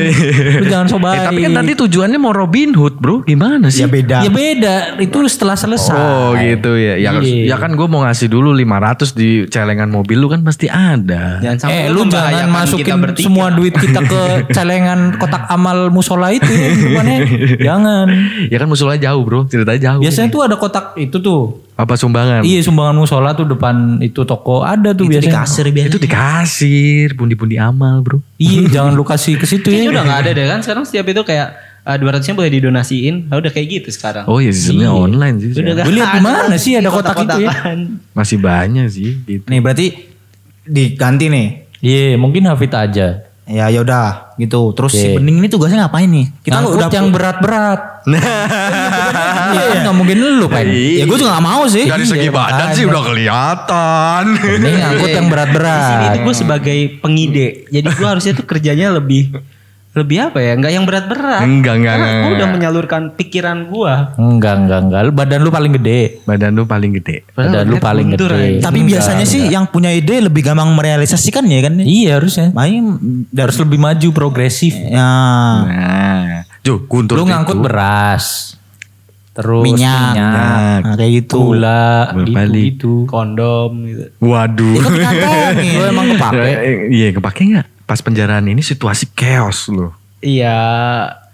Speaker 4: Lu jangan so
Speaker 1: Eh,
Speaker 4: baik.
Speaker 1: tapi kan tadi tujuannya mau Robin Hood bro. Gimana sih?
Speaker 2: Ya beda.
Speaker 4: Ya beda, itu setelah selesai.
Speaker 1: Oh gitu ya. Ya, ya
Speaker 4: Iya.
Speaker 1: kan gue mau ngasih dulu 500 di celengan mobil lu kan pasti ada.
Speaker 3: Jangan
Speaker 4: eh
Speaker 3: sampai
Speaker 4: lu jangan
Speaker 3: membahayakan
Speaker 4: masukin
Speaker 3: bertiga.
Speaker 4: semua duit kita ke celengan kotak amal musola itu ya, bukannya. jangan.
Speaker 1: Ya kan musuhnya jauh bro. Ceritanya jauh.
Speaker 4: Biasanya tuh ada kotak itu tuh.
Speaker 1: Apa sumbangan?
Speaker 4: Iya sumbangan musola tuh depan itu toko ada tuh
Speaker 2: Itu di
Speaker 4: biasanya.
Speaker 2: kasir biasanya.
Speaker 1: Itu di kasir. Pundi-pundi amal bro.
Speaker 4: Iya jangan lu kasih ke situ
Speaker 3: Kayaknya udah
Speaker 4: ya.
Speaker 3: gak ada deh kan sekarang setiap itu kayak eh, 200-nya boleh didonasiin. Nah, udah kayak gitu sekarang.
Speaker 1: Oh iya sistemnya online sih.
Speaker 3: Udah
Speaker 1: sekarang.
Speaker 3: nggak
Speaker 4: Gue liat di mana sih ada kotak itu ya?
Speaker 3: kotak-kotakan.
Speaker 1: Masih banyak sih gitu.
Speaker 2: Nih berarti diganti nih.
Speaker 4: Iya mungkin Hafid aja.
Speaker 2: Ya yaudah gitu. Terus si
Speaker 4: Oke.
Speaker 2: Bening ini tugasnya ngapain nih? Kita
Speaker 4: Ngangkut
Speaker 2: udah
Speaker 4: yang berat-berat. Iya nggak mungkin lu kan.
Speaker 2: Ya gue juga gak mau sih.
Speaker 1: Dari segi
Speaker 2: Iya,
Speaker 1: badan
Speaker 2: makanya.
Speaker 1: sih udah kelihatan.
Speaker 4: Ini ngangkut yang
Speaker 3: Di sini
Speaker 4: berat-berat.
Speaker 3: itu
Speaker 1: Nah.
Speaker 3: gue sebagai pengide. Jadi gue harusnya tuh kerjanya lebih lebih apa ya? Nggak yang berat-berat.
Speaker 1: Enggak, enggak,
Speaker 3: Karena
Speaker 1: enggak,
Speaker 3: Gue Ah, udah
Speaker 1: enggak.
Speaker 3: menyalurkan pikiran gue.
Speaker 4: Enggak enggak enggak. Lu- Badan lu paling gede.
Speaker 1: Badan lu paling gede.
Speaker 4: Badan lu
Speaker 3: badannya
Speaker 4: paling
Speaker 3: luntur
Speaker 4: gede.
Speaker 3: aja.
Speaker 2: Tapi biasanya sih yang punya ide lebih gampang merealisasikan ya kan.
Speaker 4: Iya harusnya.
Speaker 2: Main
Speaker 4: Harus lebih maju progresif.
Speaker 2: ya
Speaker 1: Nah, Jo, kuntur
Speaker 4: Lu
Speaker 1: deh,
Speaker 4: ngangkut
Speaker 1: Jo.
Speaker 4: beras. Terus
Speaker 2: minyak,
Speaker 1: minyak,
Speaker 2: Nah, kayak gitu.
Speaker 4: Gula.
Speaker 1: Bolak-balik.
Speaker 4: Gitu-gitu.
Speaker 3: Kondom gitu.
Speaker 1: Waduh.
Speaker 2: Itu dikantongin.
Speaker 4: Lu emang kepake.
Speaker 1: Iya, kepake nggak? Pas penjaraan ini situasi chaos loh.
Speaker 3: Iya.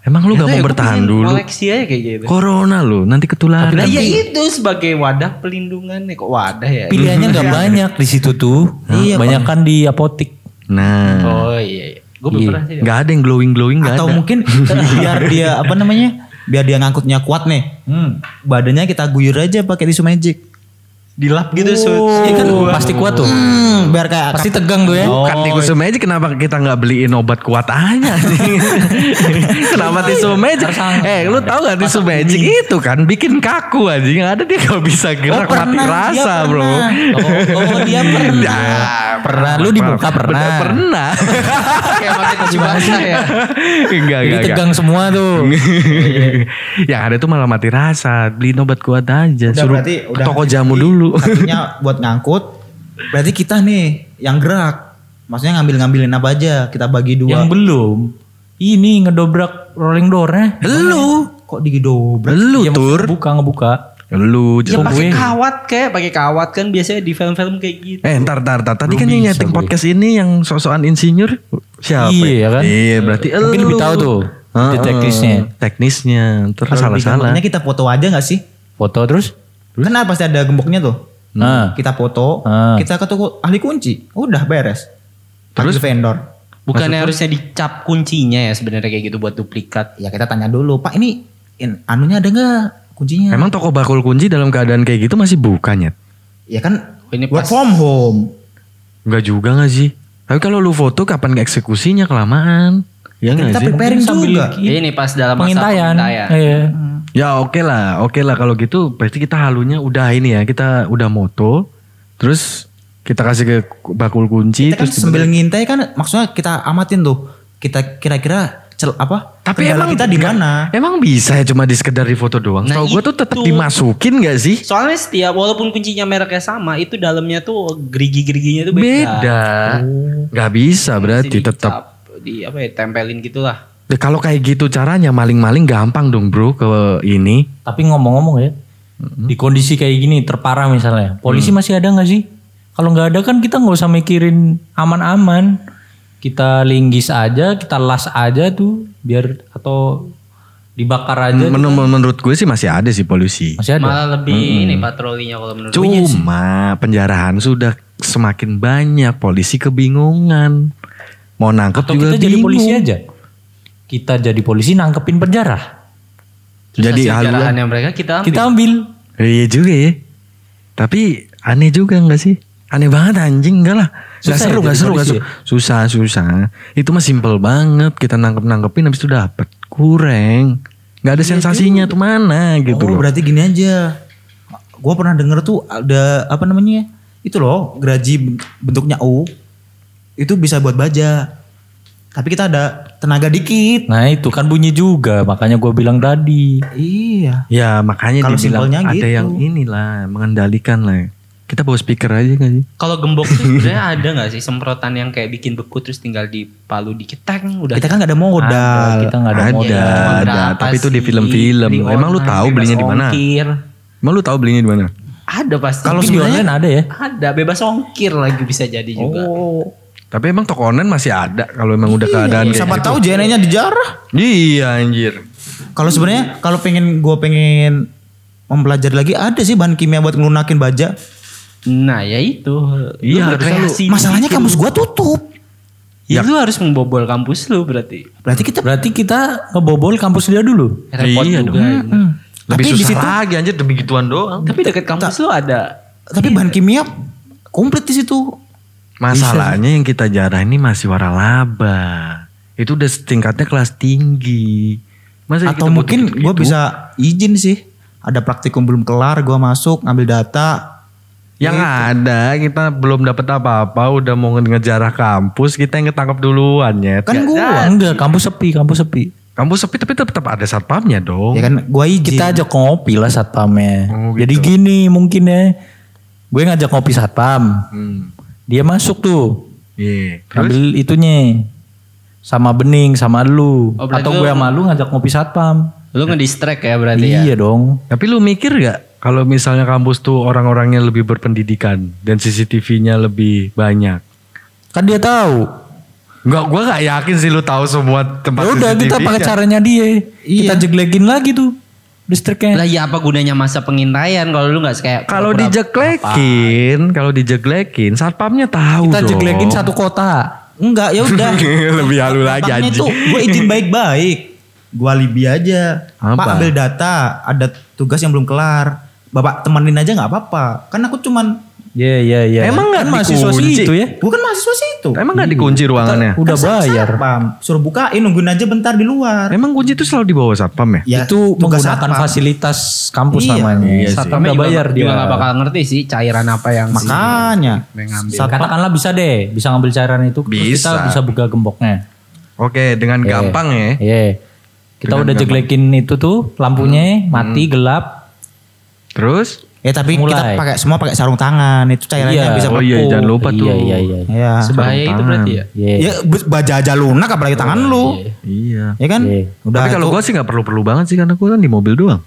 Speaker 1: Emang lu gak
Speaker 3: Tuh ya,
Speaker 1: mau
Speaker 3: gua
Speaker 1: bertahan
Speaker 3: pengen
Speaker 1: dulu?
Speaker 3: Koleksi aja kayak gitu.
Speaker 1: Corona lo, nanti ketularan.
Speaker 3: Nah, ya itu sebagai wadah pelindungan nih kok wadah ya.
Speaker 4: Pilihannya nggak banyak di situ tuh.
Speaker 2: Iya,
Speaker 4: Banyak kan di apotik.
Speaker 1: Nah,
Speaker 3: Oh iya. iya. Gue belum pernah sih.
Speaker 1: nggak ada yang glowing glowing nggak
Speaker 2: atau
Speaker 1: ada.
Speaker 2: mungkin biar dia apa namanya biar dia ngangkutnya kuat nih badannya kita guyur aja pakai tisu magic Oh.
Speaker 3: Dilap gitu su.
Speaker 4: Iya kan pasti kuat tuh.
Speaker 2: hmm, biar kayak Oh,
Speaker 4: Pasti tegang tuh ya.
Speaker 1: Bukan tisu magic Eh, kenapa kita nggak beliin obat kuat aja anjing? kenapa
Speaker 4: Iya.
Speaker 1: tisu magic? Eh lu tahu gak tisu magic itu kan bikin kaku anjing ada dia gak bisa
Speaker 4: Oh,
Speaker 1: gerak mati
Speaker 4: Iya,
Speaker 2: pernah, dia
Speaker 1: rasa
Speaker 2: pernah.
Speaker 1: bro. Iya,
Speaker 2: Oh, oh, dia pernah.
Speaker 4: Iya, Pernah lu dibuka pernah.
Speaker 1: Pernah.
Speaker 3: Kayak pakai baju basah ya.
Speaker 1: enggak
Speaker 4: Jadi
Speaker 1: enggak. enggak.
Speaker 4: tegang semua tuh.
Speaker 1: Yang ada tuh malah mati rasa. Beliin obat kuat aja.
Speaker 2: Udah,
Speaker 1: Suruh
Speaker 2: berarti
Speaker 1: ke
Speaker 2: udah.
Speaker 1: toko jamu dulu.
Speaker 2: satunya buat ngangkut berarti kita nih yang gerak maksudnya ngambil ngambilin apa aja kita bagi dua
Speaker 4: Yang belum. Ini ngedobrak rolling door-nya.
Speaker 1: Lu,
Speaker 4: Kok digedobrak?
Speaker 1: Lu,
Speaker 4: Iya,
Speaker 1: Tur.
Speaker 4: Buka ngebuka.
Speaker 1: lu jangan.
Speaker 4: Iya,
Speaker 3: Ya pakai
Speaker 4: Tungguin.
Speaker 3: kawat kayak pakai kawat kan biasanya di film-film kayak gitu.
Speaker 1: Eh ntar ntar ntar tadi
Speaker 4: Lu
Speaker 1: kan yang
Speaker 4: bisa,
Speaker 1: nyeting
Speaker 4: gue.
Speaker 1: podcast ini yang sok-sokan insinyur siapa?
Speaker 4: Iya,
Speaker 1: ya?
Speaker 4: kan?
Speaker 1: Iya berarti
Speaker 4: Mungkin
Speaker 1: elu.
Speaker 4: lebih tahu tuh,
Speaker 1: Heeh,
Speaker 4: di teknisnya.
Speaker 1: Teknisnya ntar
Speaker 2: Kalau
Speaker 1: salah
Speaker 2: bikin
Speaker 1: salah.
Speaker 2: gemboknya kita foto aja gak sih?
Speaker 4: Foto terus.
Speaker 2: Kan ada- pasti ada gemboknya tuh.
Speaker 4: Nah,
Speaker 2: Kita foto,
Speaker 4: Ah.
Speaker 2: kita ke toko ahli kunci, udah beres. Terus vendor.
Speaker 3: Bukannya harusnya dicap kuncinya ya sebenarnya kayak gitu buat duplikat.
Speaker 1: Iya.
Speaker 2: Ya kita tanya dulu, Pak ini in- anunya ada nggak kuncinya?
Speaker 1: Emang toko bakul kunci dalam keadaan kayak gitu masih buka nyet?
Speaker 2: Ya kan
Speaker 3: Oh, ini
Speaker 2: work
Speaker 3: pas-
Speaker 2: from home.
Speaker 1: Enggak juga gak sih? Tapi kalau lu foto kapan eksekusinya kelamaan? Ya
Speaker 4: Iya
Speaker 2: Kita
Speaker 1: nggak sih?
Speaker 2: preparing
Speaker 4: Sambil
Speaker 2: juga. kan
Speaker 4: Iya.
Speaker 3: Ini pas dalam masa
Speaker 4: pengintaian.
Speaker 3: pengintaian.
Speaker 4: Iya.
Speaker 1: Ya oke lah, oke lah kalau gitu berarti kita halunya udah ini ya, kita udah moto, terus kita kasih ke bakul kunci,
Speaker 2: Kita kan
Speaker 1: terus
Speaker 2: sambil ngintai kan maksudnya kita amatin tuh. Kita kira-kira cel apa?
Speaker 1: Tapi
Speaker 2: kendala
Speaker 1: emang
Speaker 2: kita di mana?
Speaker 1: emang bisa ya cuma di sekedar di foto doang.
Speaker 3: Nah,
Speaker 1: Tahu gue tuh tetap
Speaker 3: itu.
Speaker 1: dimasukin gak sih?
Speaker 3: Soalnya setiap walaupun kuncinya mereknya sama, itu dalamnya tuh gerigi-geriginya tuh beda.
Speaker 1: Beda,
Speaker 4: Oh.
Speaker 1: nggak bisa berarti
Speaker 3: Mesti dicap,
Speaker 1: tetap.
Speaker 3: di apa ya tempelin gitulah.
Speaker 1: Ya, Kalau kayak gitu caranya maling-maling gampang dong bro ke ini.
Speaker 4: Tapi ngomong-ngomong ya, di kondisi kayak gini terparah misalnya, polisi masih ada nggak sih? Kalau nggak ada kan kita nggak usah mikirin aman-aman, kita linggis aja, kita las aja tuh, biar atau dibakar aja.
Speaker 1: Menur- menurut gue sih masih ada sih polisi.
Speaker 4: masih ada.
Speaker 3: Malah lebih ini patrolinya kalau menurut gue.
Speaker 1: Cuma penjarahan sudah semakin banyak polisi kebingungan. Mau nangkep
Speaker 4: Atau
Speaker 1: juga
Speaker 4: kita jadi
Speaker 1: bingung.
Speaker 4: polisi aja. Kita jadi polisi nangkepin penjara.
Speaker 1: Jadi
Speaker 3: Hasil
Speaker 1: haluan-
Speaker 3: jarahannya mereka kita ambil.
Speaker 4: Kita ambil.
Speaker 1: Iya juga ya. Tapi aneh juga nggak sih? Aneh banget anjing enggak lah. Gak
Speaker 4: Susah
Speaker 1: seru,
Speaker 4: ya
Speaker 1: gak
Speaker 4: jadi
Speaker 1: seru, gak
Speaker 4: polisi
Speaker 1: seru. Susah, susah. Itu mah simple banget. Kita nangkep-nangkepin habis itu dapet. Kurang. Gak ada sensasinya tuh mana gitu
Speaker 2: oh,
Speaker 1: loh.
Speaker 2: berarti gini aja. Gua pernah denger tuh ada apa namanya? ya? Itu loh, geraji ben- bentuknya U. Itu bisa buat baja. Tapi kita ada tenaga dikit.
Speaker 4: Nah itu kan bunyi juga, makanya gue bilang tadi.
Speaker 2: Iya.
Speaker 1: Ya makanya
Speaker 2: Kalau
Speaker 1: dibilang
Speaker 2: simpelnya
Speaker 1: ada
Speaker 2: gitu.
Speaker 1: yang inilah. Mengendalikan lah. Kita bawa speaker aja gak sih?
Speaker 3: Kalau gembok tuh sebenarnya ada nggak sih semprotan yang kayak bikin beku terus tinggal dipalu dikit tang udah. Iya,
Speaker 2: Kita kan gak ada modal.
Speaker 4: Ada, kita nggak ada,
Speaker 1: Ada.
Speaker 4: modal.
Speaker 1: Ada, tapi itu di film-film. Emang lu tahu belinya di mana? Emang lu tahu belinya di mana?
Speaker 3: Ada pasti.
Speaker 4: Kalau
Speaker 3: Mungkin
Speaker 4: di online ada ya.
Speaker 3: ada bebas ongkir lagi bisa jadi juga.
Speaker 1: Oh. Tapi emang toko online masih ada kalau emang udah keadaan kayak
Speaker 2: iya. Siapa
Speaker 1: gitu.
Speaker 2: tahu JNE-nya dijarah.
Speaker 1: Iya anjir.
Speaker 2: Kalau sebenarnya kalau pengen gue pengen mempelajari lagi ada sih bahan kimia buat ngelunakin baja.
Speaker 3: Nah ya itu.
Speaker 1: Iya, harusnya lu-
Speaker 2: Masalahnya kampus gue tutup.
Speaker 3: Ya, lu harus membobol kampus lu berarti.
Speaker 2: Berarti kita
Speaker 4: Berarti kita ngebobol kampus dia dulu.
Speaker 3: Repot
Speaker 1: Iya
Speaker 3: juga.
Speaker 1: dong.
Speaker 3: ini.
Speaker 1: Lebih
Speaker 2: Tapi di
Speaker 1: susah
Speaker 2: situ-
Speaker 1: lagi anjir demi gituan doang.
Speaker 3: Tapi deket kampus lu ada.
Speaker 2: tapi
Speaker 4: Iya.
Speaker 2: bahan kimia komplit di situ.
Speaker 1: Masalahnya
Speaker 2: Iya.
Speaker 1: yang kita jarah ini masih waralaba. Itu udah tingkatnya kelas tinggi.
Speaker 4: Iya,
Speaker 1: Masa ya kita
Speaker 2: Atau
Speaker 4: gitu,
Speaker 1: butuh
Speaker 2: mungkin
Speaker 1: gitu-gitu?
Speaker 2: gue bisa izin sih. Ada praktikum belum kelar, gue masuk ngambil data.
Speaker 1: yang
Speaker 2: Iya.
Speaker 1: ada kita belum dapat apa-apa udah mau ngejarah kampus kita yang ketangkep duluan ya.
Speaker 2: Kan gue,
Speaker 4: Enggak, kampus sepi, kampus sepi.
Speaker 1: Kampus sepi tapi tetap ada satpamnya dong.
Speaker 2: ya kan gue izin.
Speaker 4: Kita ajak ngopi lah satpamnya.
Speaker 1: Oh, gitu.
Speaker 4: Jadi gini mungkin ya. Gue ngajak ngopi satpam.
Speaker 1: Hmm.
Speaker 4: Dia masuk tuh.
Speaker 1: Iya. Terus
Speaker 4: Ambil itunya. Sama Bening, sama lu.
Speaker 3: Oh, berarti
Speaker 4: Atau
Speaker 3: lu-
Speaker 4: gue sama lu ngajak ngopi satpam.
Speaker 3: Lu ngedistract ya berarti ya.
Speaker 4: Iya dong.
Speaker 1: Tapi lu mikir gak kalau misalnya kampus tuh orang-orangnya lebih berpendidikan dan CCTV-nya lebih banyak?
Speaker 4: Kan dia tahu.
Speaker 1: Enggak, gua gak yakin sih lu tahu semua tempat
Speaker 4: Ya udah kita
Speaker 1: CCTV-nya.
Speaker 4: pakai caranya dia. Kita jeglekin lagi tuh
Speaker 3: Lah
Speaker 4: listriknya.
Speaker 3: ya apa gunanya masa pengintaian kalau lu nggak kayak
Speaker 1: Kalau dijeglekin, kalau dijeglekin, satpamnya tahu
Speaker 4: Kita
Speaker 1: dong.
Speaker 4: jeglekin satu kota.
Speaker 2: Enggak, ya udah.
Speaker 1: Lebih halu lagi
Speaker 2: Makanya
Speaker 1: anjing.
Speaker 2: tuh gue izin baik-baik. Gue alibi aja.
Speaker 1: Apa?
Speaker 2: Pak ambil data, ada tugas yang belum kelar. Bapak temenin aja nggak apa-apa. Kan aku cuman,
Speaker 4: Iya iya iya.
Speaker 1: Emang nggak
Speaker 4: kan mahasiswa
Speaker 1: dikunci?
Speaker 4: sih itu ya?
Speaker 2: gue kan mahasiswa situ.
Speaker 1: Emang gak dikunci ruangannya?
Speaker 4: Udah
Speaker 2: Kan sama
Speaker 4: bayar.
Speaker 2: satpam. Suruh bukain, nungguin aja bentar di luar.
Speaker 1: Emang kunci itu selalu dibawa satpam ya?
Speaker 4: itu
Speaker 2: tugas
Speaker 4: menggunakan
Speaker 2: satpam.
Speaker 4: fasilitas kampus
Speaker 2: Iya.
Speaker 4: namanya.
Speaker 1: Iya sih.
Speaker 4: Satpam
Speaker 3: Kami
Speaker 4: nggak
Speaker 3: juga,
Speaker 4: bayar dia.
Speaker 3: juga nggak bakal ngerti sih cairan apa yang si-
Speaker 2: Makanya.
Speaker 3: yang ngambil.
Speaker 2: Satpam.
Speaker 4: Ya, Katakanlah bisa deh, bisa ngambil cairan itu. terus
Speaker 1: Bisa.
Speaker 4: Kita bisa buka gemboknya.
Speaker 1: Oke, dengan
Speaker 4: Iya.
Speaker 1: gampang ya.
Speaker 4: Iya. Kita
Speaker 1: Dengan
Speaker 4: udah
Speaker 1: gampang. Hmm.
Speaker 4: jeglekin itu tuh lampunya mati gelap.
Speaker 1: Terus?
Speaker 2: Ya tapi kita
Speaker 4: Mulai.
Speaker 2: pakai semua pakai sarung tangan itu cairannya
Speaker 4: Iya.
Speaker 2: bisa
Speaker 1: Oh iya
Speaker 2: melepuh.
Speaker 1: jangan lupa
Speaker 4: Iya,
Speaker 1: tuh.
Speaker 4: iya, iya.
Speaker 2: Iya.
Speaker 3: Sebahaya
Speaker 1: sarung
Speaker 3: itu
Speaker 1: tangan.
Speaker 3: berarti ya.
Speaker 4: Iya.
Speaker 2: Ya baja aja lunak apalagi tangan lu.
Speaker 1: Iya.
Speaker 2: Ya kan?
Speaker 4: Iya.
Speaker 2: Udah.
Speaker 1: Tapi kalau
Speaker 2: itu-
Speaker 1: gue sih nggak perlu-perlu banget sih karena gue kan di mobil doang.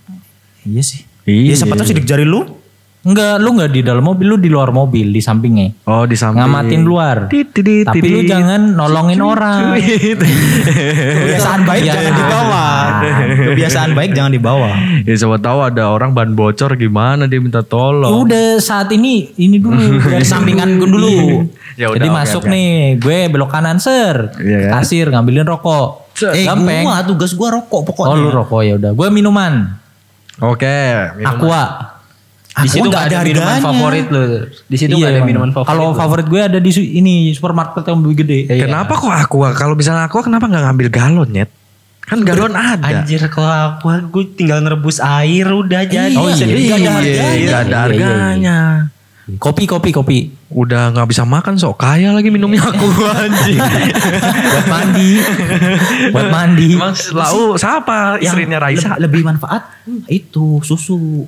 Speaker 2: iya sih.
Speaker 1: Iya.
Speaker 2: Iya, siapa tahu sidik jari lu.
Speaker 4: Enggak, lu enggak di dalam mobil, lu di luar mobil, di sampingnya.
Speaker 1: Oh di samping.
Speaker 4: Ngamatin luar.
Speaker 1: Tit, tit,
Speaker 4: Tapi lu
Speaker 1: tit.
Speaker 4: jangan nolongin orang.
Speaker 1: Tit.
Speaker 2: Kebiasaan baik
Speaker 4: Kebiasaan.
Speaker 2: jangan dibawa. Kebiasaan baik jangan dibawa.
Speaker 1: ya siapa tahu ada orang ban bocor gimana dia minta
Speaker 4: Ya
Speaker 1: tolong.
Speaker 4: udah saat ini ini dulu dari sampingan gue dulu.
Speaker 1: Ya udah,
Speaker 4: Jadi
Speaker 1: oke,
Speaker 4: masuk
Speaker 1: oke.
Speaker 4: nih, gue belok kanan ser,
Speaker 1: Iya kan?
Speaker 4: kasir ngambilin rokok,
Speaker 2: Eh,
Speaker 4: gampang.
Speaker 2: gua tugas gua rokok pokoknya.
Speaker 4: Oh lu rokok ya udah, gue minuman,
Speaker 1: Oke. minum.
Speaker 4: aqua.
Speaker 2: Aku
Speaker 3: Di situ
Speaker 2: nggak
Speaker 3: nggak ada minuman
Speaker 2: harganya.
Speaker 3: favorit lu. Di situ nggak ada
Speaker 4: Iya emang.
Speaker 3: minuman favorit.
Speaker 4: Kalau
Speaker 3: lu.
Speaker 4: favorit gue ada di su- ini supermarket yang lebih gede.
Speaker 3: Iya.
Speaker 1: Kenapa kok aqua? Kalau misalnya aqua kenapa nggak ngambil galon ya? Kan galon ada.
Speaker 3: Anjir kalau aku, gue tinggal nerebus air udah jadi.
Speaker 4: Oh, iya.
Speaker 3: Sedih.
Speaker 1: Iya,
Speaker 4: Nggak ada
Speaker 1: nggak ada
Speaker 4: harganya. Iya, iya, iya.
Speaker 1: harganya.
Speaker 4: Kopi kopi kopi.
Speaker 1: Udah nggak bisa makan sok kaya lagi minumnya aku anjing.
Speaker 4: Buat mandi, buat mandi.
Speaker 1: Emang lau siapa istrinya Raisa?
Speaker 2: le- lebih manfaat hmm, itu susu.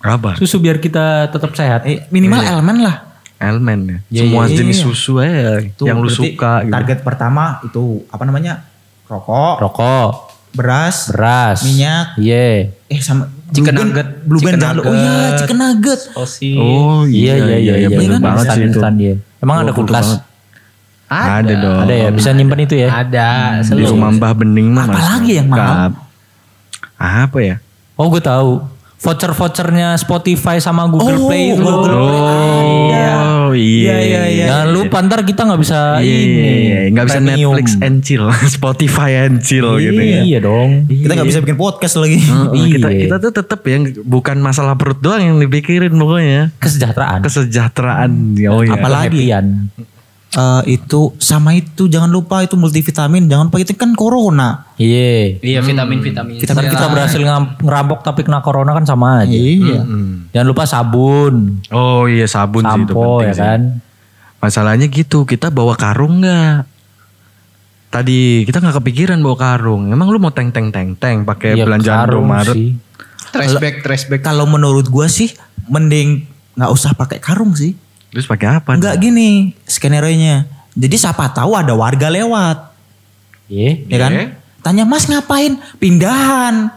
Speaker 1: Apa?
Speaker 4: Susu biar kita tetap sehat.
Speaker 2: Eh, minimal elemen lah.
Speaker 1: Elmen ya.
Speaker 2: Iya,
Speaker 1: Semua
Speaker 2: iya,
Speaker 1: jenis
Speaker 2: iya.
Speaker 1: susu aja
Speaker 2: Tuh,
Speaker 1: yang lu
Speaker 2: berarti
Speaker 1: suka gitu.
Speaker 2: Target pertama itu apa namanya? Rokok,
Speaker 4: Rokok,
Speaker 2: beras,
Speaker 4: beras,
Speaker 2: Minyak.
Speaker 4: Iya.
Speaker 2: eh sama Blue
Speaker 3: Chicken
Speaker 2: Band-
Speaker 3: nugget,
Speaker 2: Blue
Speaker 3: chicken
Speaker 2: Band jangan lu- Oh iya,
Speaker 3: nugget.
Speaker 2: chicken nugget.
Speaker 3: Osi.
Speaker 1: Oh
Speaker 4: Iya iya iya iya
Speaker 1: bener
Speaker 4: kan?
Speaker 1: banget sih
Speaker 4: Instan-
Speaker 1: itu.
Speaker 4: instan, iya. Emang
Speaker 1: Oh,
Speaker 4: ada
Speaker 1: betul
Speaker 4: kulkas?
Speaker 1: banget. Ada, dong.
Speaker 4: Ada ya, bisa nyimpen itu ya.
Speaker 3: Ada.
Speaker 1: Di
Speaker 3: selalu.
Speaker 1: rumah Mbah Bening mah.
Speaker 2: Apa
Speaker 1: masih
Speaker 2: lagi yang mahal?
Speaker 1: lengkap. Apa ya?
Speaker 4: Oh, gue tahu. Voucher-vouchernya Spotify sama Google
Speaker 2: Oh,
Speaker 4: Play itu.
Speaker 2: Google
Speaker 1: Oh iya iya iya.
Speaker 4: Jangan lupa ntar kita nggak bisa
Speaker 1: Iya,
Speaker 4: ini.
Speaker 1: nggak bisa
Speaker 4: premium.
Speaker 1: Netflix and chill, Spotify and chill gitu ya.
Speaker 4: Iya dong.
Speaker 2: Kita nggak bisa bikin podcast lagi.
Speaker 1: Heeh, kita
Speaker 4: Iya.
Speaker 1: kita tuh tetap ya bukan masalah perut doang yang dipikirin pokoknya
Speaker 4: Kesejahteraan.
Speaker 1: kesejahteraan ya oh iya.
Speaker 4: Apalagi Ian.
Speaker 2: Eh, itu sama itu jangan lupa itu multivitamin jangan lupa itu kan corona
Speaker 4: Iya.
Speaker 3: Iya vitamin-vitamin.
Speaker 4: Ntar kita berhasil ngam- ngerampok tapi kena corona kan sama aja.
Speaker 2: iya
Speaker 4: Jangan lupa sabun,
Speaker 1: Oh iya sabun sih itu
Speaker 4: sampo
Speaker 1: penting
Speaker 4: ya
Speaker 1: sih.
Speaker 4: kan.
Speaker 1: Masalahnya gitu, kita bawa karung nggak? Tadi kita nggak kepikiran bawa karung. Emang lu mau teng teng teng teng pakai
Speaker 4: Iya,
Speaker 1: belanjaan
Speaker 4: sarung
Speaker 1: Indomaret?
Speaker 4: sih.
Speaker 3: Trashback, trashback.
Speaker 2: kalau menurut gua sih mending nggak usah pakai karung sih
Speaker 1: Terus pakai apa?
Speaker 2: nggak gini skenario nya jadi siapa tahu ada warga lewat
Speaker 4: Iya.
Speaker 2: ya kan
Speaker 1: Iya.
Speaker 2: tanya mas ngapain pindahan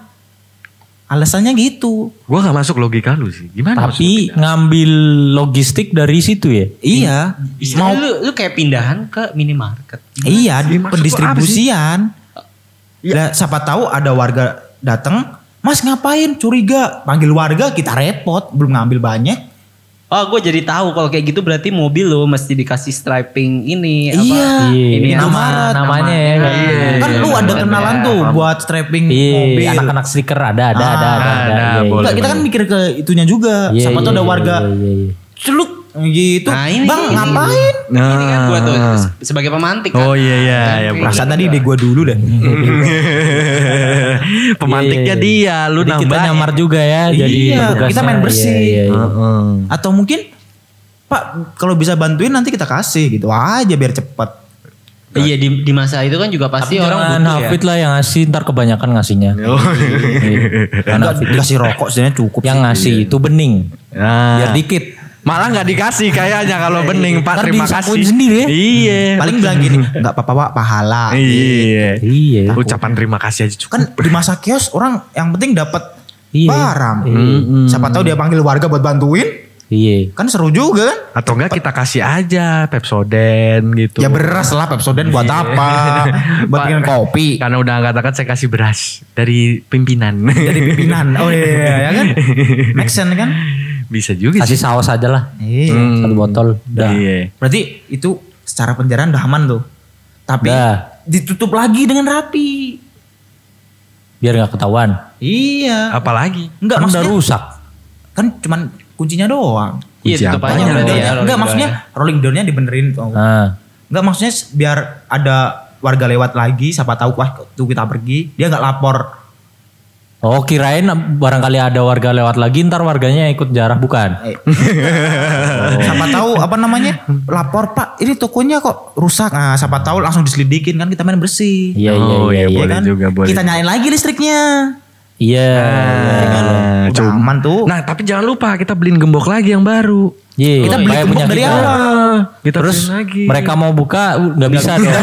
Speaker 2: alasannya gitu
Speaker 1: Gue nggak masuk logika lu sih. Gimana? masuk?
Speaker 4: Tapi ngambil logistik dari situ ya.
Speaker 1: Hmm,
Speaker 2: iya mau
Speaker 3: Mau lu, lu kayak pindahan ke minimarket.
Speaker 2: iya
Speaker 1: sih? Maksud lu apa
Speaker 2: pendistribusian Lah,
Speaker 1: Ya.
Speaker 2: siapa tahu ada warga datang mas ngapain curiga panggil warga kita repot belum ngambil banyak
Speaker 3: Oh, gue jadi tahu kalau kayak gitu berarti mobil lo mesti dikasih striping ini
Speaker 2: Iya.
Speaker 3: Ini
Speaker 4: Iya,
Speaker 2: Nama-
Speaker 3: apa?
Speaker 4: nama,
Speaker 2: namanya.
Speaker 4: namanya ya. kan.
Speaker 1: Iya.
Speaker 2: kan lu ada kenalan tuh buat strapping mobil
Speaker 4: Iya, anak-anak stiker ada, ada, ada, ada,
Speaker 1: Ah,
Speaker 4: ada,
Speaker 1: ada,
Speaker 4: iya,
Speaker 1: boleh.
Speaker 2: Enggak, kita kan mikir ke itunya juga.
Speaker 4: iya.
Speaker 2: Siapa
Speaker 4: Iya,
Speaker 2: tuh ada
Speaker 4: iya,
Speaker 2: warga
Speaker 4: iya, iya, iya.
Speaker 2: celuk gitu.
Speaker 3: Nah, ini-
Speaker 2: Bang,
Speaker 3: ini-
Speaker 2: ngapain?
Speaker 1: Nah.
Speaker 3: Ini kan gue tuh
Speaker 2: Ah.
Speaker 3: se- sebagai pemantik. kan. gitu
Speaker 1: Oh iya iya Mm-hmm. ya.
Speaker 2: Perasaan tadi di gua dulu deh.
Speaker 1: Pemantiknya
Speaker 4: Iya, iya,
Speaker 1: dia, lu
Speaker 4: Jadi
Speaker 1: nambah.
Speaker 4: kita nyamar juga ya, jadi
Speaker 2: Iya,
Speaker 4: petugasnya.
Speaker 2: kita main bersih.
Speaker 4: Iya, iya, iya.
Speaker 2: Atau mungkin Pak, kalau bisa bantuin nanti kita kasih gitu aja biar cepet.
Speaker 3: Iya di, di masa itu kan juga pasti orang
Speaker 4: Jangan
Speaker 3: butuh ya.
Speaker 4: Hafid lah yang ngasih, ntar kebanyakan ngasihnya. Karena
Speaker 2: Enggak dikasih rokok sebenarnya cukup.
Speaker 4: yang
Speaker 2: sih.
Speaker 4: ngasih itu bening,
Speaker 1: Nah.
Speaker 4: biar dikit.
Speaker 1: Malah nggak dikasih kayaknya kalau bening Pak
Speaker 4: iya. Ntar
Speaker 1: terima
Speaker 4: disapuin
Speaker 1: kasih.
Speaker 4: sendiri ya.
Speaker 1: Iya.
Speaker 2: Paling bilang gini, enggak apa-apa Pak, pahala.
Speaker 1: Iya.
Speaker 4: Iya.
Speaker 1: Ucapan terima kasih aja cukup.
Speaker 2: Kan di masa kios orang yang penting dapat
Speaker 4: Iya.
Speaker 2: barang.
Speaker 4: Iya.
Speaker 2: Siapa tahu dia panggil warga buat bantuin,
Speaker 4: Iya.
Speaker 2: kan seru juga kan?
Speaker 1: Atau enggak kita kasih aja Pepsoden gitu.
Speaker 2: Ya beras lah Pepsodent buat
Speaker 4: Iya.
Speaker 2: apa?
Speaker 1: Pak-
Speaker 2: buat bikin kopi.
Speaker 1: Karena udah angkat-angkat saya kasih beras dari pimpinan.
Speaker 2: Jadi pimpinan. Oh iya, iya, ya kan? Make sense kan?
Speaker 1: Bisa juga
Speaker 4: Kasih saus aja lah.
Speaker 2: Iya.
Speaker 1: Hmm.
Speaker 4: Satu botol. Udah.
Speaker 1: Iya.
Speaker 2: Berarti itu secara penjarahan udah aman tuh. Tapi
Speaker 4: Dah.
Speaker 2: ditutup lagi dengan rapi.
Speaker 4: Biar nggak ketahuan.
Speaker 2: Iya.
Speaker 1: Apalagi?
Speaker 2: Enggak
Speaker 4: Kan udah
Speaker 2: maksudnya
Speaker 4: rusak.
Speaker 2: kan cuman kuncinya doang.
Speaker 3: Iya
Speaker 1: Kunci
Speaker 3: tutup
Speaker 1: apa?
Speaker 3: aja
Speaker 2: Rolling
Speaker 3: berarti
Speaker 2: doornya.
Speaker 3: ya.
Speaker 2: Enggak maksudnya rolling doornya dibenerin tuh.
Speaker 4: Nah,
Speaker 2: Enggak maksudnya s- biar ada warga lewat lagi siapa tahu wah tuh kita pergi dia nggak lapor
Speaker 4: Oh kirain barangkali ada warga lewat lagi ntar warganya ikut jarah bukan?
Speaker 2: siapa tahu apa namanya lapor pak ini tokonya kok rusak nah siapa tahu langsung diselidikin kan kita main bersih
Speaker 4: Iya iya
Speaker 1: Oh,
Speaker 4: iya.
Speaker 1: iya,
Speaker 4: iya.
Speaker 1: boleh.
Speaker 2: kan?
Speaker 1: juga, boleh.
Speaker 2: Kita nyalain lagi listriknya. kan?
Speaker 4: Iya.
Speaker 1: Nah,
Speaker 2: Udah
Speaker 1: coba.
Speaker 2: aman tuh.
Speaker 1: Nah, tapi jangan lupa kita beliin gembok lagi yang baru.
Speaker 4: Ye,
Speaker 2: kita beli
Speaker 4: Iya, kayak
Speaker 2: gembok
Speaker 4: punya
Speaker 2: dari
Speaker 4: kita.
Speaker 2: awal.
Speaker 1: Ah, kita
Speaker 4: Iya. Terus
Speaker 1: beliin lagi.
Speaker 4: mereka mau buka uh, nggak bisa dong.